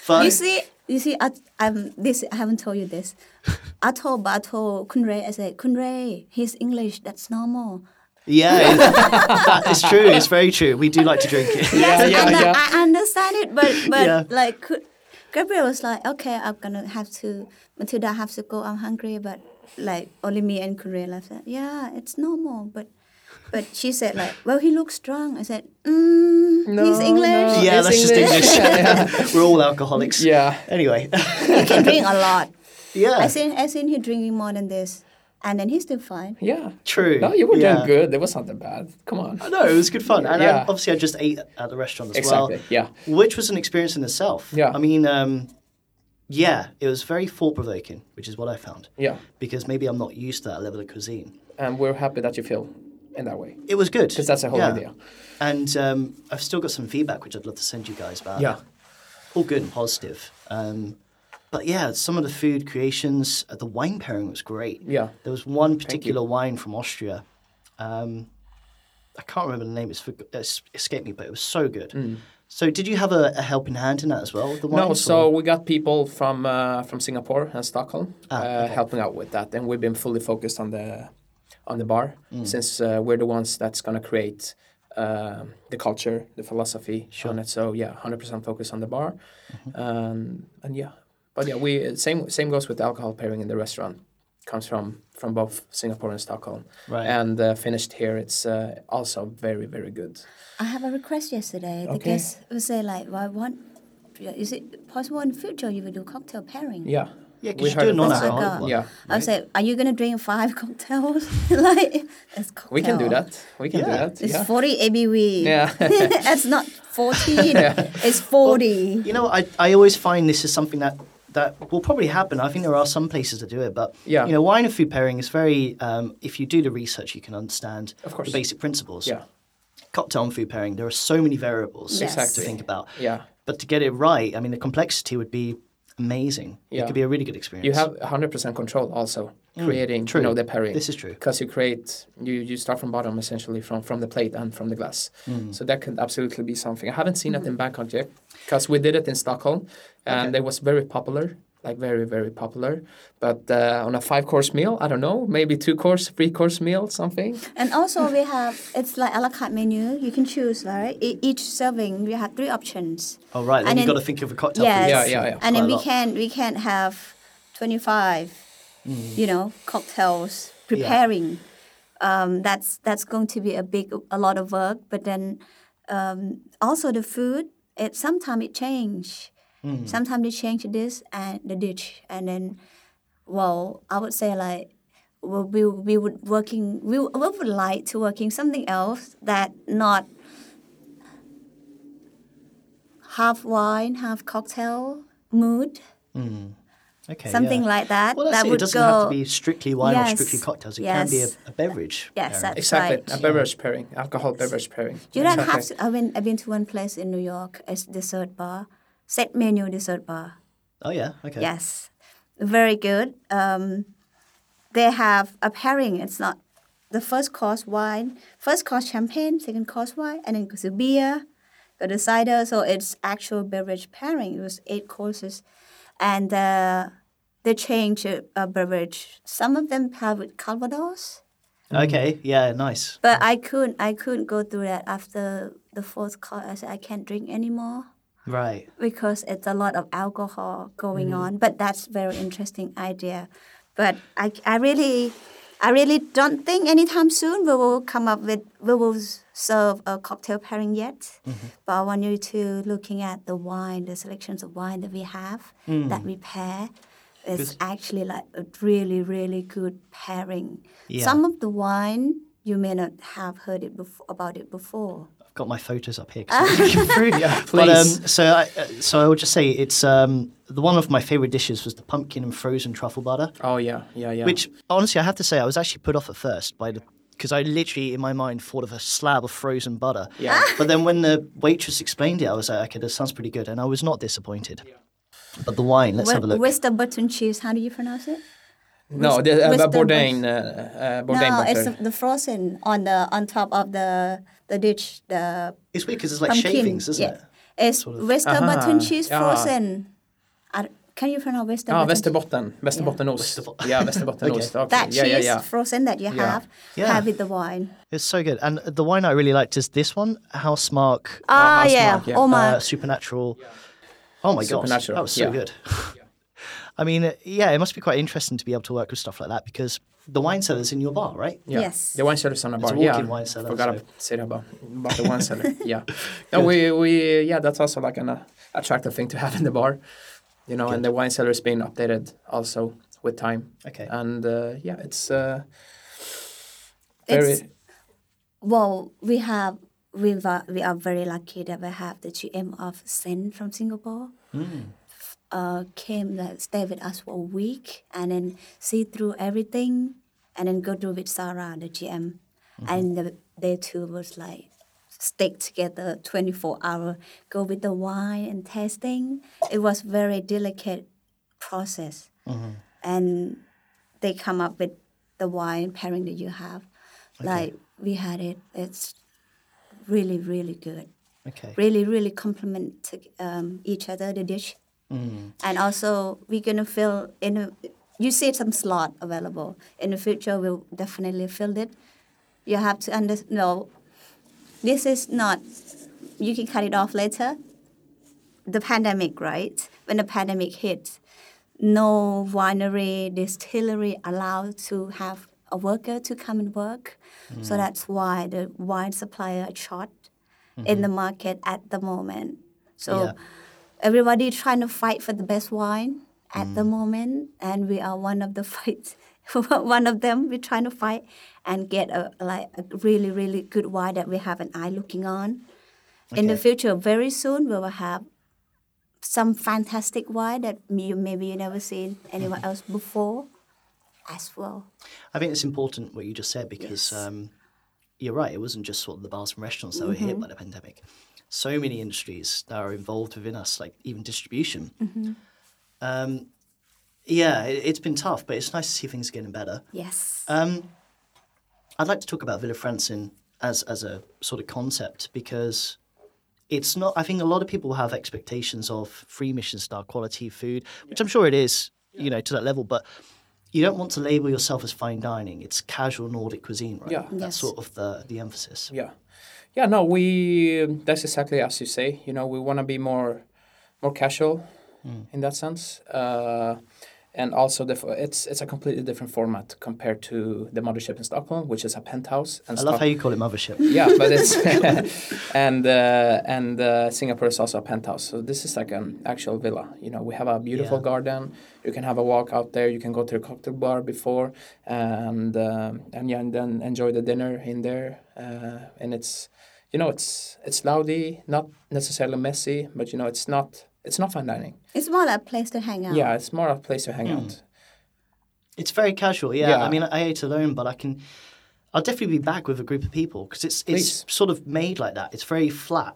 but You see, you see, I, um, this I haven't told you this. I told but I told Kunray, I said, Kunray, he's English. That's normal. yeah, it- that is true. It's very true. We do like to drink it. Yeah, Yes, yeah, and I- yeah. I understand it, but but Yeah. like could- Gabriel was like, okay, I'm gonna have to Matilda have to go. I'm hungry, but like only me and Korea left. That. Yeah, it's normal, but. But she said like, well, he looks strong. I said, mm, he's No, English. no. Yeah, It's that's English. just English. We're all alcoholics. Yeah. Anyway, He can drink a lot. yeah. I seen I seen he drinking more than this, and then he's still fine. Yeah. True, No, you were yeah. doing good. It was not that bad. Come on. No, it was good fun. And I, Yeah. obviously, I just ate at the restaurant as Exactly, well. yeah. Which was an experience in itself. Yeah. I mean, um, yeah, it was very thought provoking, which is what I found. Yeah. Because maybe I'm not used to that level of cuisine. And we're happy that you feel in that way. It was good. Because that's the whole Yeah. idea. And um, I've still got some feedback, which I'd love to send you guys back. Yeah. All good and positive. Um, but yeah, some of the food creations, uh, the wine pairing was great. Yeah. There was one particular wine from Austria. Um, I can't remember the name. It's, for, it's escaped me, but it was so good. So did you have a, a helping hand in that as well? The wines, Mm. No, or- so we got people from uh, from Singapore and Stockholm Ah, uh, helping out with that, and we've been fully focused on the on the bar Mm. since uh, we're the ones that's gonna create um the culture, the philosophy on it. So yeah, hundred percent focus on the bar, Mm-hmm. um, and yeah, but yeah, we same same goes with the alcohol pairing in the restaurant. Comes from from both Singapore and Stockholm, Right. and uh, finished here. It's uh, also very very good. I have a request yesterday. The Okay. guest would say like, well, I want. Is it possible in future you will do cocktail pairing? Yeah, Yeah, we because you heard do a about that. non-alcoholic Oh my one. God. yeah. I said, are you gonna drink five cocktails? like it's cocktail. We can do that. We can do Yeah. that. It's yeah. forty ABV. Yeah. it's not fourteen. It's forty. You know, what, I, I always find this is something that that will probably happen. I think there are some places that do it, but Yeah. you know, wine and food pairing is very. Um, if you do the research, you can understand Of course. the basic principles. Yeah. Cocktail and food pairing. There are so many variables Yes. to Exactly. think about. Yeah. But to get it right, I mean, the complexity would be amazing. It Yeah. could be a really good experience. You have 100% control also Mm. creating true. you know the pairing. This is true. Because you create you you start from bottom essentially from from the plate and from the glass. Mm. So that could absolutely be something. I haven't seen it in Bangkok yet because we did it in Stockholm and it was very popular. Like very very popular, but uh, on a five course meal, I don't know, maybe two course, three course meal, something. And also we have it's like a la carte menu. You can choose, right? E- each serving we have three options. Oh right, then And you've got to then- think of a cocktail. for Yes. each Yeah, one. yeah, yeah. And then Quite a we lot. can we can have twenty five, you know, cocktails preparing. Um, that's that's going to be a big a lot of work. But then um, also the food. It sometimes it change. Mm-hmm. Sometimes they change this and the dish, and then well, I would say like we we, we would working we, would- we would like to working something else that not half wine, half cocktail mood, Okay, something yeah. like that. Well, that's that it. would it doesn't go. have to be strictly wine or Yes. strictly cocktails. It can be a, Yes. a beverage. Yes, pairing. that's Exactly, right. a beverage pairing, alcohol beverage pairing. You don't have Exactly. to. I mean, I've been to one place in New York. It's dessert bar, set menu dessert bar. Oh yeah. Okay. Yes, very good. Um, they have a pairing. It's not the first course wine, first course champagne, second course wine, and then goes to beer, go to cider. So it's actual beverage pairing. It was eight courses, and uh, they change a, a beverage. Some of them pair with Calvados, Mm. Okay. Yeah. Nice. but I couldn't. I couldn't go through that after the fourth course. I said I can't drink anymore Right. because it's a lot of Mm-hmm. alcohol going on. But that's very interesting idea. But I, I really, I really don't think anytime soon we will come up with we will s- serve a cocktail pairing yet. Mm-hmm. But I want you to looking at the wine, the selections of wine that we have Mm. that we pair is actually like a really really good pairing. Yeah. Some of the wine you may not have heard it bef- about it before. I've got my photos up here. 'cause I'm looking through. But, um, please. so, I, uh, so I will just say it's um, the one of my favorite dishes was the pumpkin and frozen truffle butter. Oh yeah, yeah, yeah. Which honestly, I have to say, I was actually put off at first by the because I literally in my mind thought of a slab of frozen butter. Yeah. but then when the waitress explained it, I was like, okay, this sounds pretty good, and I was not disappointed. But the wine, let's have a Wh- look. Western button cheese. How do you pronounce it? no, the, uh, Western Bourdain, uh, uh, Bourdain no, it's butter. the, the frozen on the on top of the the dish. The it's weird because it's like pumpkin. shavings, isn't yeah. it? It's Western button cheese yeah. frozen. I, can you pronounce Western? Ah, button Västerbotten. Västerbottenost. Yeah, Västerbottenost. okay. Okay. That yeah, yeah, cheese yeah. frozen that you Yeah. have Yeah. have with the wine. It's so good, and the wine I really liked is this one, House Mark Ah, house yeah. mark, yeah. Oh my. uh, Supernatural. Oh my god, Supernatural, that was so yeah. good. I mean, uh, yeah, it must be quite interesting to be able to work with stuff like that because the wine cellar's in your bar, right? Yeah. Yes. The wine cellar's on a bar. a walk-in yeah. wine cellar, Forgot so- to say about, about the wine cellar. Yeah. No, we, we, yeah, that's also like an uh, attractive thing to have in the bar, you know, and the wine cellar is being updated also with time. Okay. And uh, yeah, it's uh, very, It's- Well, we have we va- we are very lucky that we have the GM of Sen from Singapore. Uh, came that stay with us for a week and then see through everything and then go through with Sarah the GM and the, they two was like stick together 24 hour go with the wine and tasting it was very delicate process and they come up with the wine pairing that you have. Like we had it. It's really, really good. Okay. Really, really complement to, um, each other the dish. And also, we're gonna fill in. A, you see some slot available in the future. We'll definitely fill it. You have to understand. No, this is not. You can cut it off later. The pandemic, right? When the pandemic hit, no winery, distillery allowed to have a worker to come and work. Mm. So that's why the wine supplier are short in the market at the moment. So Mm-hmm. Yeah. everybody trying to fight for the best wine at Mm. the moment, and we are one of the fights. one of them we're trying to fight and get a like a really really good wine that we have an eye looking on. In the Okay. future, very soon we will have some fantastic wine that you maybe you never seen anyone Mm-hmm. else before as well. I think it's important what you just said because um, you're right. It wasn't just sort of the bars and restaurants that were Mm-hmm. hit by the pandemic. So many industries that are involved within us, like even distribution. Mm-hmm. Um, yeah, it, it's been tough, but it's nice to see things getting better. Yes. Uh, I'd like to talk about Villa Francine as as a sort of concept because it's not. I think a lot of people have expectations of free mission star quality food, which I'm sure it is, you know, to that level. But you don't want to label yourself as fine dining. It's casual Nordic cuisine, right? Yeah. that's Yes. sort of the the emphasis. yeah yeah no we that's exactly as you say you know we want to be more more casual Mm. in that sense uh, and also the, f- it's it's a completely different format compared to the mothership in Stockholm which is a penthouse and I love Stock- how you call it mothership. yeah but it's and uh, and uh, Singapore is also a penthouse so this is like an actual villa you know we have a beautiful Yeah. garden you can have a walk out there you can go to the cocktail bar before and um, and yeah and then enjoy the dinner in there uh, and it's you know it's it's loudy not necessarily messy but you know it's not it's not fine dining it's more like a place to Oh. hang out. yeah it's more a place to hang Hmm. out It's very casual. Yeah. Yeah. I mean, I ate alone, but I can. I'll definitely be back with a group of people because it's it's Please. sort of made like that. It's very flat,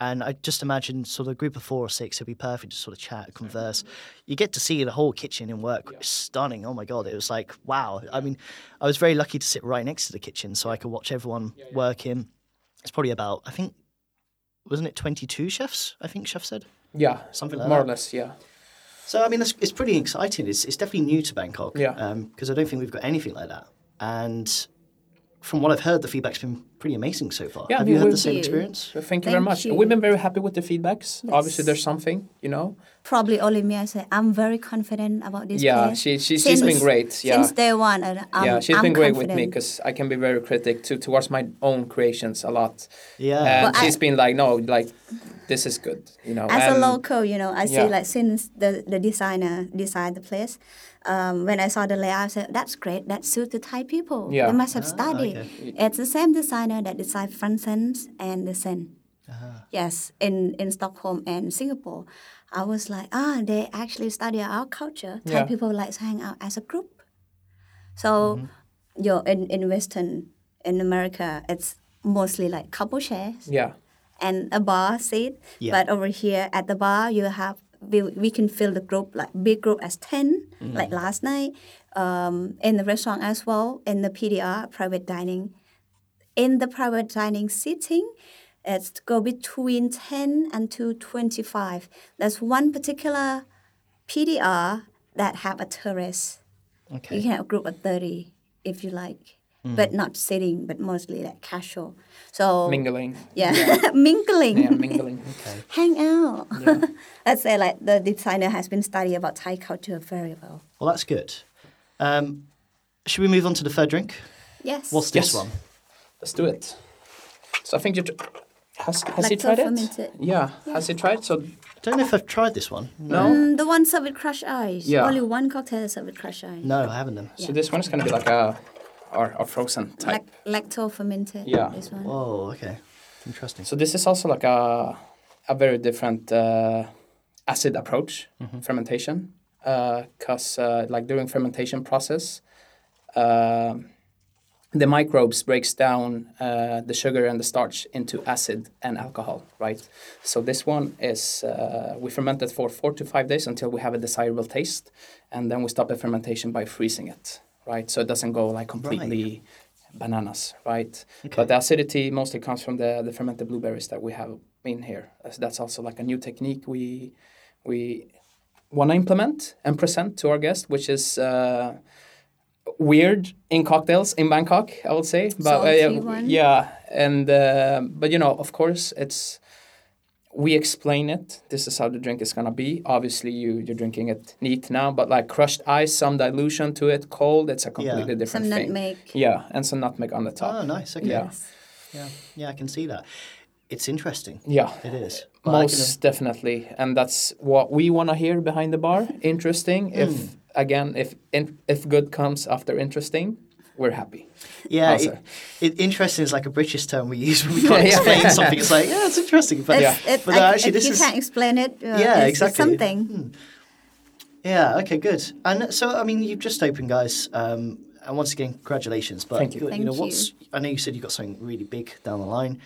and I just imagine sort of a group of four or six. It'd be perfect to sort of chat, converse. You get to see the whole kitchen in work. It's stunning. Oh my god, it was like wow. I mean, I was very lucky to sit right next to the kitchen, so I could watch everyone working. It's probably about I think, wasn't it twenty two chefs? I think chef said. yeah Something like more that. or less yeah So I mean, it's, it's pretty exciting. It's, it's definitely new to Bangkok. um, Yeah. Because I don't think we've got anything like that, and from what I've heard, the feedback's been pretty amazing so far. Yeah, Have we you had were- the same Thank you. experience? So thank you very Thank much. you. We've been very happy with the feedbacks. Obviously, there's something, you know. Probably only me. I say I'm very confident about this. Yeah, player. she- she- she's been great, yeah. since day one. And I'm, yeah, she's I'm been great with me confident. because I can be very critic to towards my own creations a lot. Yeah. and Well, I- she's been like, no, like this is good, you know. As a and- local, you know, I see yeah. like since the, the designer designed the place, um, when I saw the layout, I said, that's great, that suits the Thai people. Yeah. They must have studied. It's the same designer that designed front sense and the sen. Yes, in, in Stockholm and Singapore. I was like, ah, they actually study our culture. Thai Yeah. people like to hang out as a group. So you're in, in Western, in America, it's mostly like couple shares Yeah, and a bar seat. Yeah. But over here at the bar, you have we, we can fill the group like big group as 10 Mm. like last night um, in the restaurant as well in the PDR private dining. In the private dining seating, it's go between 10 and to 25. There's one particular PDR that have a terrace. You Okay. Mm. can have a group of 30 if you like, but not sitting, but mostly like casual. So mingling. yeah, mingling, Yeah, mingling. hang out. Let's say like the designer has been studying about Thai culture very well. Well, that's good. Um, should we move on to the third drink? Yes. What's Yes. this one? Let's do it. So I think you tr- has has he Lacto tried it? fermented. Yeah. has he tried? So Don't know if I've tried this one. no. Mm, the one served with crushed ice. Yeah. Only one cocktail served with crushed ice. No, I haven't. Then. So this one is gonna be like a or a frozen type. Lac- lacto fermented. Yeah. This one. Oh, okay. Interesting. So this is also like a a very different uh, acid approach fermentation, because uh, like during fermentation process, uh, the microbes breaks down uh, the sugar and the starch into acid and alcohol, right? So this one is uh, we ferment it for four to five days until we have a desirable taste, and then we stop the fermentation by freezing it, right? So it doesn't go like completely bananas, right? But the acidity mostly comes from the, the fermented blueberries that we have in here. As That's also like a new technique we we want to implement and present to our guests, which is uh, weird in cocktails in Bangkok, I would say. But Salty uh, one. yeah, and uh, but you know, of course, it's we explain it. This is how the drink is gonna be. Obviously, you you're drinking it neat now, but like crushed ice, some dilution to it, cold. It's a completely different Some thing. nutmeg. Yeah, and some nutmeg on the top. Oh, nice. Okay. Yeah. yeah. Yeah, I can see that. It's interesting. Yeah. It is. But I can- Most definitely, and that's what we want to hear behind the bar. Interesting. If again, if in, if good comes after interesting, we're happy. yeah. also. It, it, interesting is like a British term we use when we can't Yeah. explain something. It's like, yeah, it's interesting. But, It's, yeah. it's- but I- uh, actually, if this you is. can't explain it. Uh, Yeah, it's, exactly. It's something. Yeah. Okay. Good. And so, I mean, you've just opened, guys. Um, and once again, congratulations. But Thank you. you know, Thank what's I know you said you've got something really big down the line.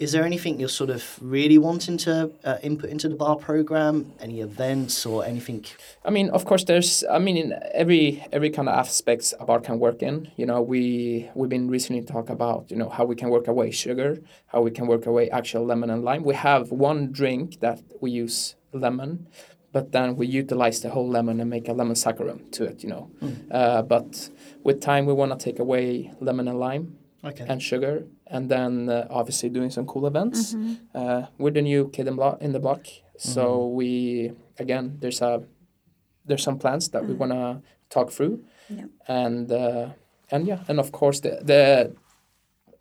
Is there anything you're sort of really wanting to uh, input into the bar program? Any events or anything? I mean, of course, there's. I mean, in every every kind of aspects a bar can work in. You know, we we've been recently talk about you know how we can work away sugar, how we can work away actual lemon and lime. We have one drink that we use lemon, but then we utilize the whole lemon and make a lemon saccharum to it. You know, uh, but with time we want to take away lemon and lime Okay. and sugar, and then uh, obviously doing some cool events. Uh, we're the new kid in, blo- in the block, so Mm-hmm. we again there's a there's some plans that we wanna talk through, Yep. and uh, and yeah, and of course the the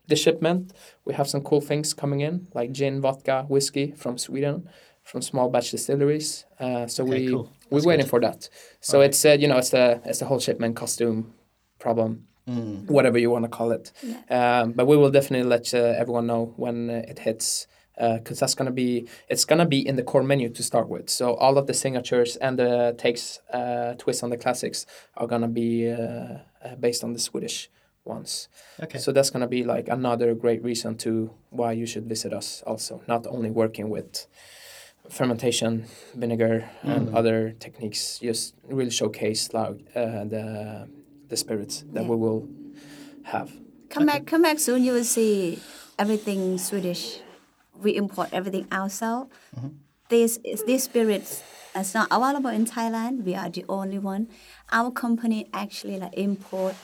the shipment. We have some cool things coming in like gin, vodka, whiskey from Sweden, from small batch distilleries. Uh, so Okay, we cool. we're waiting for that. So it's uh, you know it's the it's the whole shipment costume problem. Whatever you want to call it, um, but we will definitely let uh, everyone know when uh, it hits, because that's gonna be it's gonna be in the core menu to start with. So all of the signatures and the takes uh, twist on the classics are gonna be uh, uh, based on the Swedish ones. Okay. So that's going to be like another great reason to why you should visit us also, not only working with fermentation, vinegar, and other techniques, just really showcase like uh, the, the spirits that we will have. Come back, come back soon. You will see everything Swedish. We import everything ourselves. Mm-hmm. This is these spirits that's not available in Thailand. We are the only one. Our company actually like import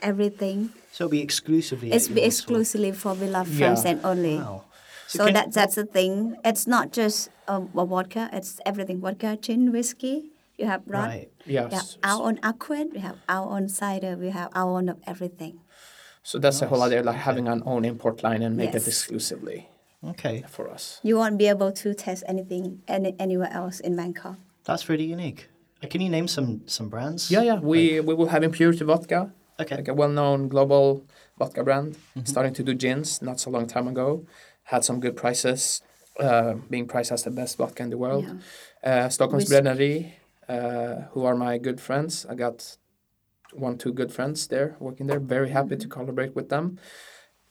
everything. So it'll be exclusively. at It's your be own store. exclusively for beloved Yeah. friends and only. Wow. So So can- that that's the thing. It's not just um, a vodka. It's everything. Vodka, gin, whiskey. You have rum. Right. Yeah. We have s- our own aquid. We have our own cider. We have our own of everything. So that's a whole other like having an own import line and make it Yes. exclusively Okay, for us. You won't be able to taste anything any, anywhere else in Bangkok. that's really unique. Uh, Can you name some some brands? Yeah, yeah. We we will have Impurity Vodka, Okay. like a well-known global vodka brand, starting to do gins not so long time ago. Had some good prices, uh, being priced as the best vodka in the world. Uh, Stockholm's Whis- Brennery, uh, who are my good friends. I got one, two good friends there working there. Very happy Mm-hmm. to collaborate with them.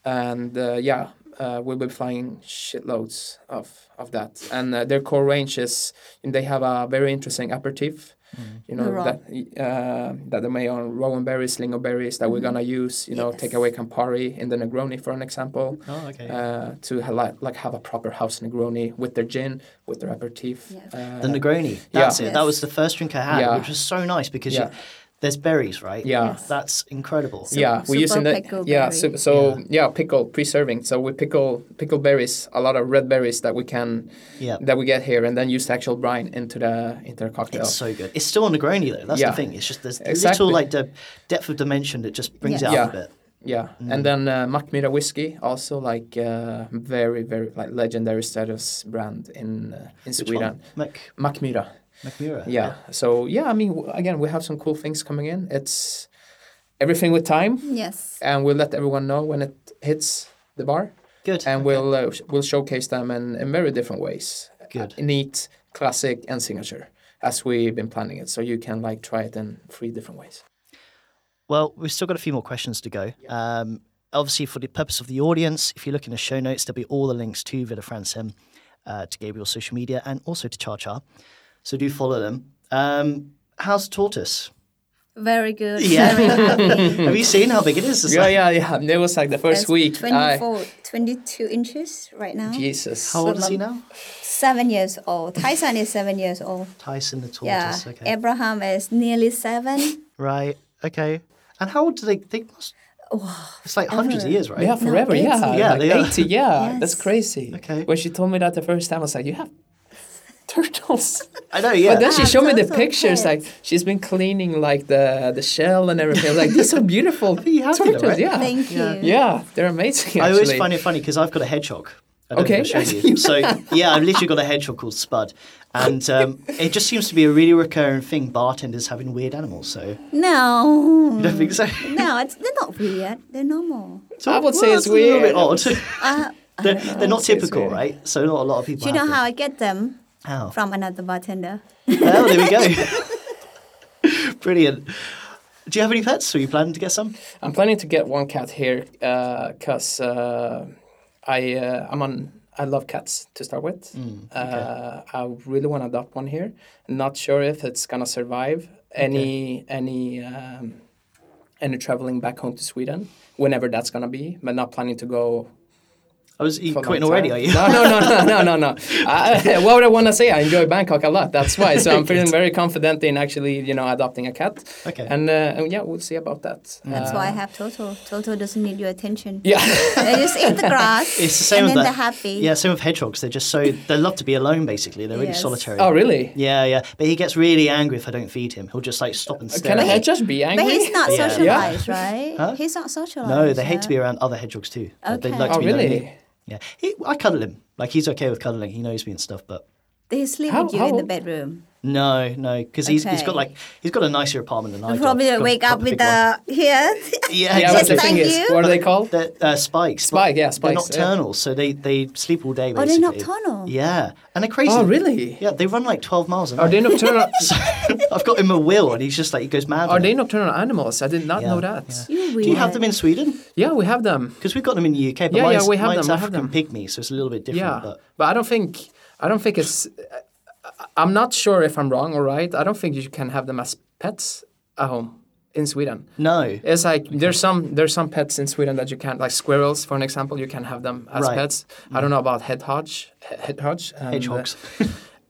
And uh, yeah, uh, we'll be flying shitloads of, of that. And uh, their core range is, they have a very interesting aperitif. Mm-hmm. You know Raw. that uh, that they made on raw and berries, sling of berries that Mm-hmm. we're gonna use. You know, take Yes. away Campari in the Negroni for an example. Oh, okay. Uh, to ha- like, like have a proper house Negroni with their gin, with their aperitif. Yeah. the Uh, Negroni. That's yeah. it. That was the first drink I had, Yeah. which was so nice because you, Yeah. there's berries, right? Yeah. Yes. That's incredible. yeah, we're super using that. pickle Yeah, berry. so, so yeah. pickle pre-serving. So we pickle pickle berries, a lot of red berries that we can, Yeah. that we get here, and then use the actual brine into the into the cocktail. It's so good. It's still on Negroni though. That's Yeah. the thing. It's just there's Exactly. little like the depth of dimension that just brings Yeah. it up Yeah. a bit. Yeah, Mm. and then uh, Macmira whiskey, also like uh, very very like legendary status brand in uh, in Which Sweden. one? Mac Macmira. Macmura. Yeah. So yeah, I mean w- again we have some cool things coming in. It's everything with time, Yes. and we'll let everyone know when it hits the bar, Good. and we'll uh, sh- we'll showcase them in, in very different ways. Good. Uh, neat, classic, and signature as we've been planning it, so you can like try it in three different ways. Well, we've still got a few more questions to go. Um, obviously, for the purpose of the audience, if you look in the show notes, there'll be all the links to Vida Francem, uh, to Gabriel's social media, and also to Char Char. So do follow them. Um, how's the tortoise? Very good. Yeah. Very Have you seen how big it is? It's Yeah, like- yeah, yeah. It was like the first It's week. I- 24, 22 inches right now. Jesus. How old is he now? Seven years old. Tyson is seven years old. Tyson the Yeah. tortoise. Okay. Abraham is nearly seven. Right. Okay. And how old do they they must? it's like hundreds of Oh, ever. years, right? Yeah, forever. eighty. yeah, Yeah, yeah, like they are. eighty. Yeah, that's Yes. crazy. Okay. When she told me that the first time, I was like, "You have turtles." I know. Yeah. But then she have showed me the turtle pictures. pets. Like she's been cleaning like the the shell and everything. I was like these are beautiful you have to though, turtles. right? Yeah. Thank Yeah. you. Yeah, they're amazing. Actually. I always find it funny because I've got a hedgehog. I don't Okay. know if I showed you. So yeah, I've literally got a hedgehog called Spud, and um, it just seems to be a really recurring thing. Bartenders having weird animals. So No. I don't think so. No, it's, they're not weird. They're normal. So Mm. I well, would say that's it's a little bit weird. odd. Uh, they're, they're not say it's typical, weird. right? So not a lot of people. do you know have how I get them? How? From another bartender. them. Oh, there we go. Brilliant. Do you have any pets? Are you planning to get some? I'm planning to get one cat here because uh, I uh, I'm on. I love cats to start with. Mm. uh, I really want to adopt one here. Not sure if it's gonna survive any any um, any traveling back home to Sweden whenever that's gonna be. But not planning to go. I was you for a quitting long already, time. are you? No, no, no, no, no, no, no. I, what would I want to say? I enjoy Bangkok a lot. That's why. So I'm feeling very confident in actually, you know, adopting a cat. Okay. Mm. And, uh, and yeah, we'll see about that. That's Uh, why I have Toto. Toto doesn't need your attention. yeah. They just eat the grass. It's the same And with then that. they're happy. Yeah, same with hedgehogs. They're just so they love to be alone. Basically, they're really Yes. solitary. Oh, really? Yeah, yeah. But he gets really angry if I don't feed him. He'll just like stop and stare. Uh, Can a at me. hedgehog just be angry? But he's not Yeah. socialized, right? He's not socialized. No, they hate to right? be around other hedgehogs too. Uh, They Okay. like to Oh, be lonely. really? Yeah, he, I cuddle him. Like he's okay with cuddling. He knows me and stuff. But They sleep How- with you how in the old- bedroom. no, no, because he's he's got Okay. like he's got a nicer apartment than I. You do. probably I've got a wake up proper with big one. the here. Yeah, Yeah, but Yes, the exactly. thing thank is, you. what are they called? They're, uh, spikes. but Spike, yeah, They're spikes, yeah. nocturnal, so they, they sleep all day. Oh, they're Basically. nocturnal? Yeah, and they're crazy. Oh, really? Yeah, they run like twelve miles an hour. Are they nocturnal? I've got him a will, and he's just like he goes mad. are on they it. nocturnal animals? I did not Yeah, know that. Yeah. You're Do you have them in Sweden? we have them. Because we've got them in the UK, but Yeah, yeah, mine's, we have mine's them, I have African pygmy, so it's a little bit different. Yeah, But but I don't think I don't think it's. I- I'm not sure if I'm wrong or right. I don't think you can have them as pets at home in Sweden. no, It's like there's some there's some pets in Sweden that you can't like squirrels for an example you can have them as Right. pets. I don't know about hedgehogs, hedgehogs, and, uh, hedgehogs.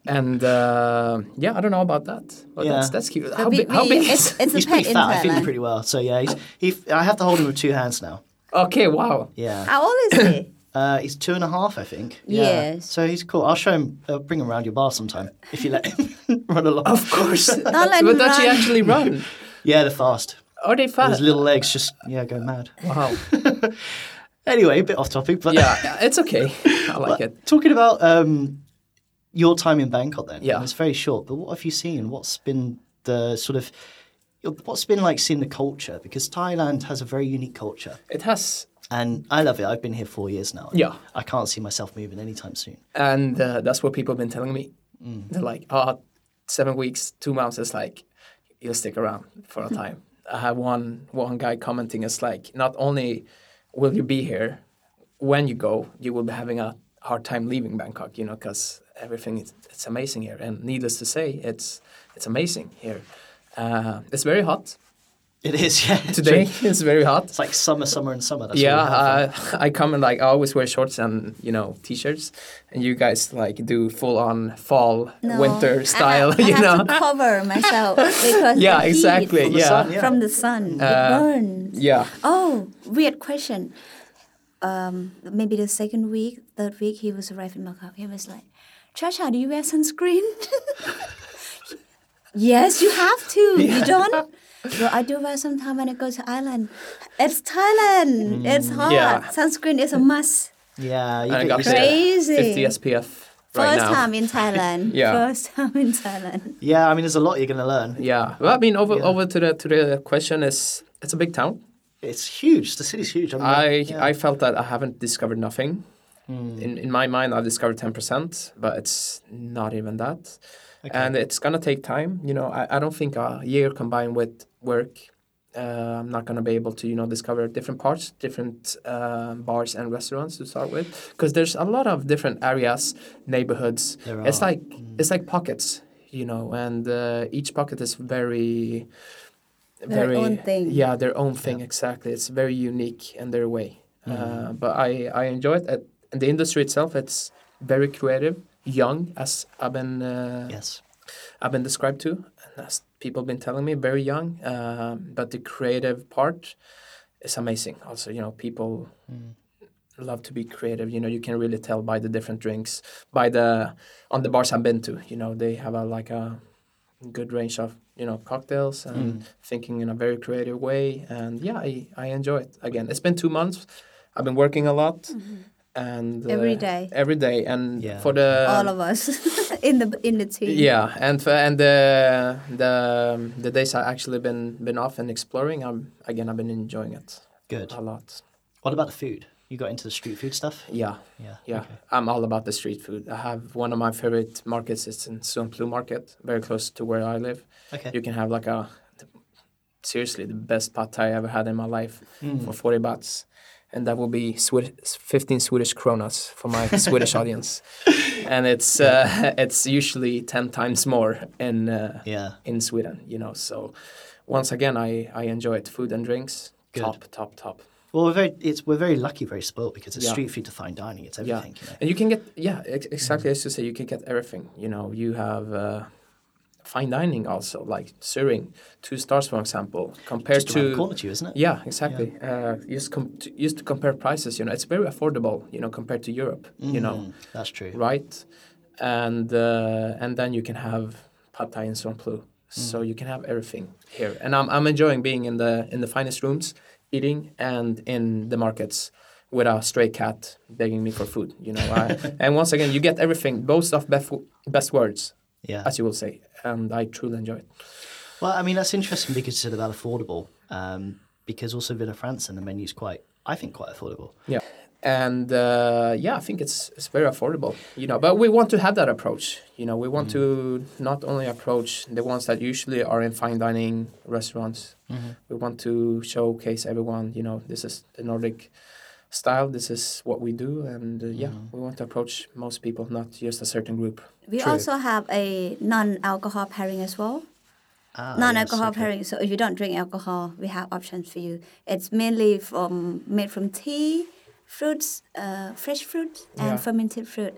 And uh, yeah, I don't know about that. But Yeah. that's that's cute. How, We- big? how we- big? It's, is- it's He's a pet pretty in fat. I feed him Thailand. pretty well. So yeah, he's, he, I have to hold him with two hands now. okay, wow. Yeah. How old is he? Uh, he's two and a half, I think. Yes. So he's cool. I'll show him. Uh, bring him around your bar sometime if you let him run along. Of course. let but him does she run. actually run? Yeah, they're fast. Are they fast? His little legs just yeah go mad. Wow. Anyway, a bit off topic, but Yeah, it's okay. I like it. Talking about um, your time in Bangkok, then Yeah. it's very short. But what have you seen? What's been the sort of what's been like seeing the culture? Because Thailand has a very unique culture, It has. and I love it. I've been here four years now. Yeah. I can't see myself moving anytime soon. And uh, that's what people have been telling me. They're like, oh, seven weeks, two months. It's like, you'll stick around for a time. I had one, one guy commenting, it's like, not only will you be here, when you go, you will be having a hard time leaving Bangkok, you know, because everything is it's amazing here. And needless to say, it's, it's amazing here. Uh, it's very hot. It is, yeah. it's Today true. it's very hot. it's like summer, summer, and summer. That's yeah, What we have. uh, I come and like I always wear shorts and you know t-shirts, and you guys like do full on fall No. winter I style, have, I you have know. to cover myself because Yeah, the heat exactly, from yeah. the sun, Yeah. from the sun Uh, it burns. Yeah, Oh, weird question. Um, maybe the second week, third week, he was arrived in Macau. He was like, Chacha, do you wear sunscreen? yes, you have to. You don't? Well, I do wear sometime when I go to Ireland. It's Thailand. It's hot. Mm, Yeah. Sunscreen is a must. yeah. You and I get got used to the it. Crazy. fifty SPF right First now. time in Thailand. Yeah. First time in Thailand. yeah, I mean, there's a lot you're going to learn. Yeah, well, I mean, over over to the to the question is it's a big town. It's huge. The city's huge. I, mean, I yeah. Hmm. I felt that I haven't discovered nothing. In in my mind, I've discovered ten percent, but it's not even that. And it's gonna take time. You know, I, I don't think a year combined with work, uh, I'm not gonna be able to you know discover different parts, different um bars and restaurants to start with, because there's a lot of different areas, neighborhoods. There It's are. Hmm. like it's like pockets, you know, and uh, each pocket is very. Their very own thing. yeah, their own thing exactly. It's very unique in their way. Uh, but I I enjoy it. At, and the industry itself, it's very creative, young, as I've been uh, Yes. I've been described to, and as people have been telling me, very young. Um, but the creative part is amazing. Also, you know, people love to be creative. You know, you can really tell by the different drinks, by the on the bars I've been to. You know, they have a like a good range of you know cocktails and thinking in a very creative way. And yeah, I I enjoy it. Again, it's been two months. I've been working a lot. And Mm-hmm. uh, Every day. every day, and Yeah. for the All of us in the in the team. yeah, and for, and the the the days I actually been been off and exploring, I'm again I've been enjoying it Good. a lot. What about the food? You got into the street food stuff? Yeah, Yeah. yeah, I'm all about the street food. I have one of my favorite markets is in Suan Plu Market, very close to where I live. Okay. You can have like a seriously the best pad thai I ever had in my life Mm. for forty bahts. And that will be Swe- 15 Swedish kronas for my Swedish audience, and it's uh, it's usually ten times more in uh, Yeah. in Sweden, you know. So once again, I, I enjoy it. Food and drinks, Good. top, top, top. Well, we're very, it's, we're very lucky, very spoilt because it's Yeah. street food to fine dining. It's Yeah. everything. You know? And you can get, yeah, ex- exactly as you say, you can get everything. You know, you have uh, fine dining also, like Suring, two stars, for example, compared Just around the to. corner to you, isn't it? Yeah, exactly. Uh, just, com- to, just to compare prices, you know, it's very affordable, you know, compared to Europe, you know, That's true. right? And uh, and then you can have pad thai in Suan Plu. So you can have everything here, and I'm I'm enjoying being in the in the finest rooms, eating, and in the markets with a stray cat begging me for food. You know, I, and once again, you get everything, both of best best words, Yeah. as you will say, and I truly enjoy it. Well, I mean, that's interesting because you said about affordable. Um, because also Villa France and the menu's quite, I think, quite affordable. Yeah. And uh, yeah, I think it's it's very affordable, you know. But we want to have that approach, you know. We want to not only approach the ones that usually are in fine dining restaurants. We want to showcase everyone, you know. This is the Nordic style. This is what we do, and uh, yeah, we want to approach most people, not just a certain group. We also have a non-alcohol pairing as well. Ah, non-alcohol yes, okay. pairing. So if you don't drink alcohol, we have options for you. It's mainly from made from tea, fruits, uh, fresh fruit, and Yeah. fermented fruit.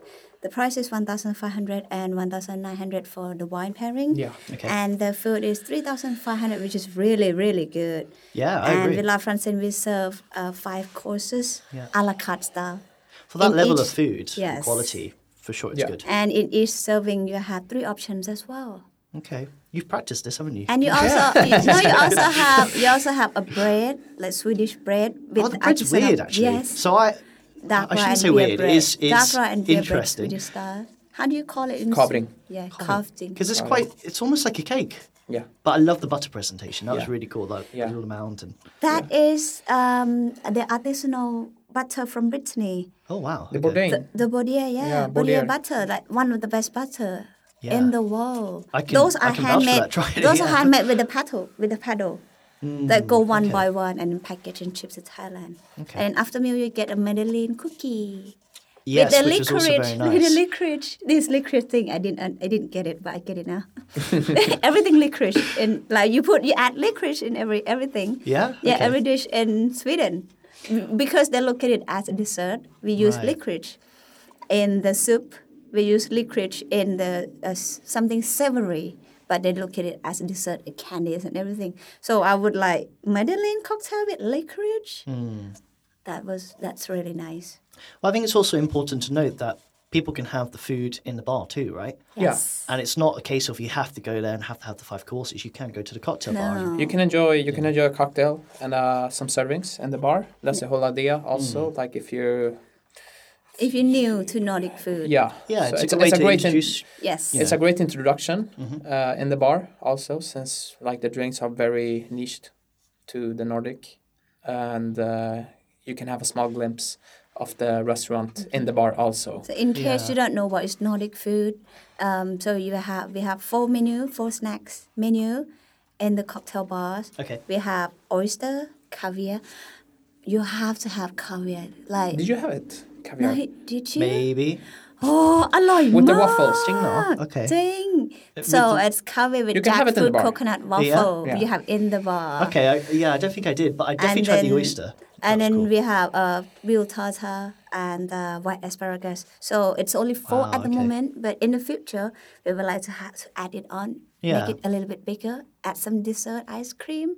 The price is 1,500 and 1,900 for the wine pairing. Yeah. Okay. And the food is 3,500, which is really, really good. Yeah, I and agree. Villa Francine, we serve uh, five courses Yeah. a la carte style. For that in level of each- food and yes. quality, for sure it's Yeah. good. And in each serving, you have three options as well. Okay. You've practiced this, haven't you? And you also, you, no, you also have you also have a bread like Swedish bread. With oh, the bread's artisanal- weird, actually. Yes, So I, I dark shouldn't say rye and beer weird. bread. It's, it's dark rye and beer bread interesting. Swedish style. How do you call it? In Carving. Sweden? Yeah, carving. Because it's quite, it's almost like a cake. Yeah. But I love the butter presentation. That was Yeah. really cool. That Yeah. little amount and That is um, the artisanal butter from Brittany. oh wow, okay. The Bourdain. The, the Bodier, yeah, Yeah, Bodier. Bodier. butter, like one of the best butter Yeah. in the world. I can- those I are can vouch for handmade. that. Try it, those are yeah. handmade with a paddle, with a paddle. that go one okay. by one and then package and ship to Thailand. Okay. And after meal, you get a Madeleine cookie. Yes, which is with the also licorice, very nice. with the licorice. This licorice thing, I didn't, I didn't get it, but I get it now. everything licorice, and like you put, you add licorice in every everything. Yeah? yeah, Okay. every dish in Sweden, because they look at it as a dessert. We use Right. licorice in the soup. We use licorice in the uh, s- something savory, but they look at it as a dessert, a candies and everything. So I would like Madeleine cocktail with licorice. Hmm. That was that's really nice. Well, I think it's also important to note that people can have the food in the bar too, right? Yes. And it's not a case of you have to go there and have to have the five courses. You can go to the cocktail bar. and- No. You can enjoy you can enjoy a cocktail and uh, some servings in the bar. That's the whole idea. Also, like if you're If you're new to Nordic food. yeah Yeah, So it's, a good way to great in- introduce. Yes. It's a great introduction uh, in the bar also since like the drinks are very niched to the Nordic and uh, you can have a small glimpse of the restaurant in the bar also. So in case Yeah. you don't know what is Nordic food, um, so you have we have four menu, four snacks menu, in the cocktail bars. Okay. We have oyster, caviar. You have to have caviar. Like Did you have it? no, Caviar. did you? Maybe. Oh, alloy With the waffles. Ding dong. Ah, Okay. Ding. So it's covered with You can have it in the jackfruit bar. coconut waffle. Yeah. You have in the bar. Okay. I, yeah, I don't think I did, but I definitely tried the oyster. And That then was we have uh, real tartar and uh, white asparagus. So it's only four Wow, at the Ah, okay. moment, but in the future, we would like to, ha- to add it on, Yeah. make it a little bit bigger, add some dessert ice cream.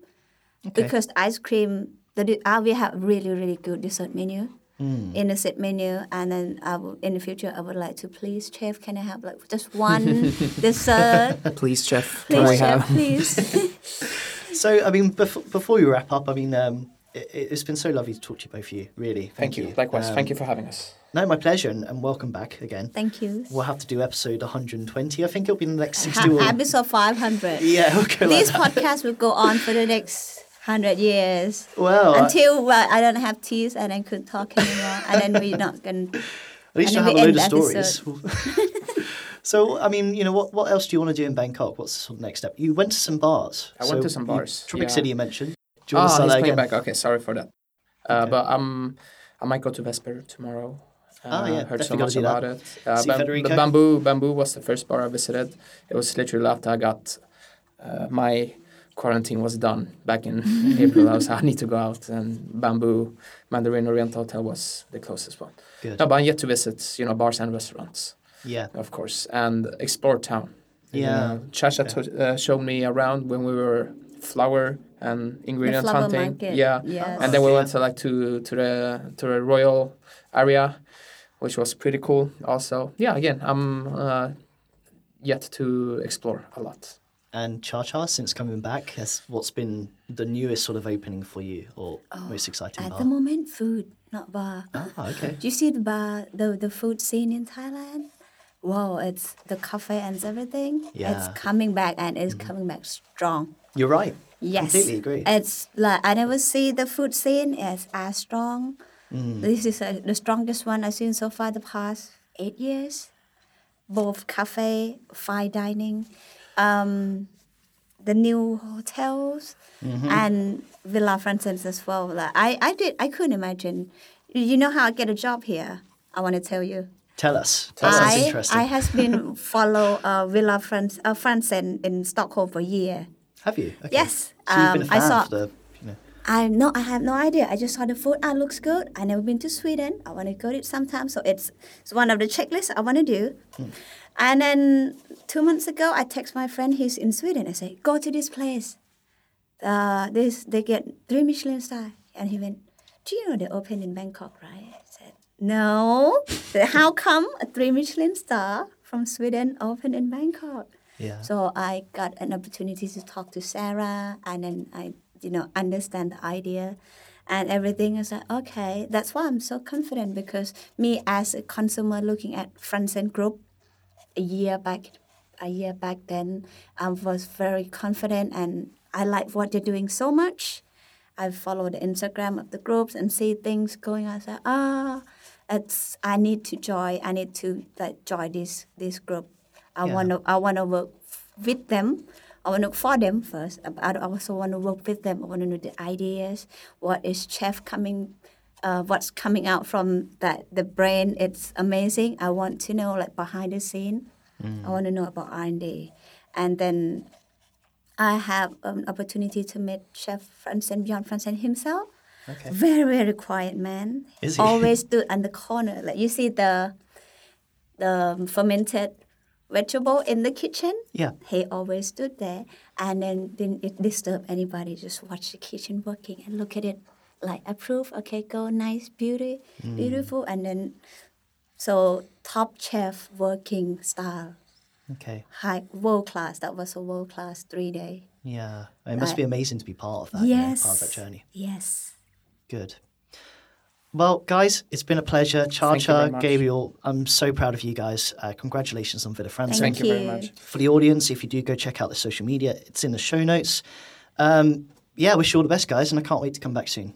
Okay. Because the ice cream, the de- uh, we have really, really good dessert menu. Hmm. In the set menu, and then I will, in the future, I would like to please, chef, can I have like just one dessert? Please, chef. Please, chef, please. cool. So I mean, before, before we wrap up, I mean, um, it, it's been so lovely to talk to you both. Of you really. Thank, Thank you. Likewise. Thank you for having us. No, my pleasure, and, and welcome back again. Thank you. We'll have to do episode 120. I think it'll be in the next 60 Ha- or episode 500. yeah, we'll go like this that. podcast will go on for the next hundred years. Well, I- until uh, I don't have teeth and I could talk anymore, and then we're not going. to At least you and have a load then we of end stories. so, I mean, you know, what, what else do you want to do in Bangkok? What's the sort of next step? You went to some bars. I went to some bars, You, Tropic yeah. City, you mentioned. Do you want to Ah, start he's that playing again? back. Okay, sorry for that. Uh, Okay. But um, I might go to Vesper tomorrow. Uh, Ah, yeah, heard definitely so gotta much do that. about it. Uh, See Federico? but bamboo, bamboo was the first bar I visited. It was literally after I got uh, my quarantine was done back in April. I was I need to go out, and bamboo Mandarin Oriental Hotel was the closest one. Good. No, but I'm yet to visit. You know, bars and restaurants, Yeah. of course, and explore town. You Yeah. know, Chacha to- uh, showed me around when we were flower and ingredient flower hunting. market, Yeah. yes. And then we Yeah. went to like to to the to the royal area, which was pretty cool. Also, yeah. Again, I'm uh, yet to explore a lot. And Cha Cha, since coming back, has what's been the newest sort of opening for you or most exciting Oh, At bar? the moment, food, not bar. Oh, okay. Do you see the bar, the, the food scene in Thailand? Wow, it's the cafe and everything. Yeah. Mm-hmm. It's coming back and it's coming back strong. You're right. Yes. Completely agree. It's like I never see the food scene as as strong. Mm. This is uh the strongest one I've seen so far the past eight years. Both cafe, fine dining, um, the new hotels, Mm-hmm. and Villa Francis as well. Like, I, I did I couldn't imagine. You know how I get a job here? I want to tell you. Tell us. Tell us something I, Oh, interesting. I has been follow uh, Villa Frans uh, Fransen in Stockholm for a year. Have you? Okay. Yes, So you've been um, a I fan saw- for the, you know, I no, I have no idea. I just saw the food. Ah, looks good. I never been to Sweden. I want to go it sometime. So it's, it's one of the checklists I want to do. And then two months ago, I text my friend. He's in Sweden. I say, go to this place. Uh, this they get three Michelin star. And he went, do you know they opened in Bangkok, right? I said, no. Then How come a three Michelin star from Sweden opened in Bangkok? Yeah. So I got an opportunity to talk to Sarah, and then I, you know, understand the idea, and everything. I was like, okay, that's why I'm so confident because me as a consumer looking at Front End Group, a year back, a year back then, I was very confident, and I like what they're doing so much. I follow the Instagram of the groups and see things going. I say, ah, it's I need to join. I need to like join this this group. I Yeah. want to I want to work f- with them. I want to work for them first. Uh, but I also want to work with them. I want to know the ideas. What is chef coming? Uh, what's coming out from that the brain? It's amazing. I want to know like behind the scene. I want to know about R and D, and then I have an opportunity to meet Chef Franzen Bjorn Franzen himself. Okay. Very very quiet man. Is he? Always stood on the corner. Like you see the the fermented vegetable in the kitchen. Yeah. He always stood there and then didn't it disturb anybody. Just watch the kitchen working and look at it. Like approve, okay, go, nice, beauty, Mm. beautiful, and then so top chef working style, Okay. high world class. That was a world class three day. Yeah. It must Like- be amazing to be part of that. you know, part of that journey. Yes. Good. Well, guys, it's been a pleasure. Cha Thank you very Cha, much. Gabriel, I'm so proud of you guys. Uh, congratulations on Villa Francis. Thank you very you. much. For the audience, if you do go check out the social media, it's in the show notes. Um, yeah, wish you all the best, guys, and I can't wait to come back soon.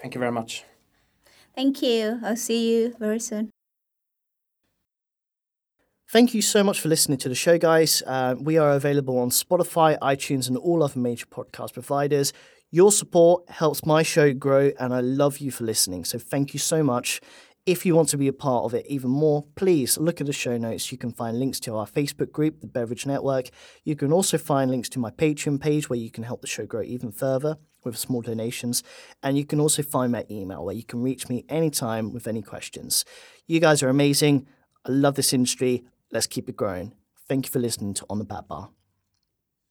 Thank you very much. Thank you. I'll see you very soon. Thank you so much for listening to the show, guys. Uh, we are available on Spotify, iTunes, and all other major podcast providers. Your support helps my show grow, and I love you for listening. So, thank you so much. If you want to be a part of it even more, please look at the show notes. You can find links to our Facebook group, The Beverage Network. You can also find links to my Patreon page where you can help the show grow even further with small donations. And you can also find my email where you can reach me anytime with any questions. You guys are amazing. I love this industry. Let's keep it growing. Thank you for listening to On the Bat Bar.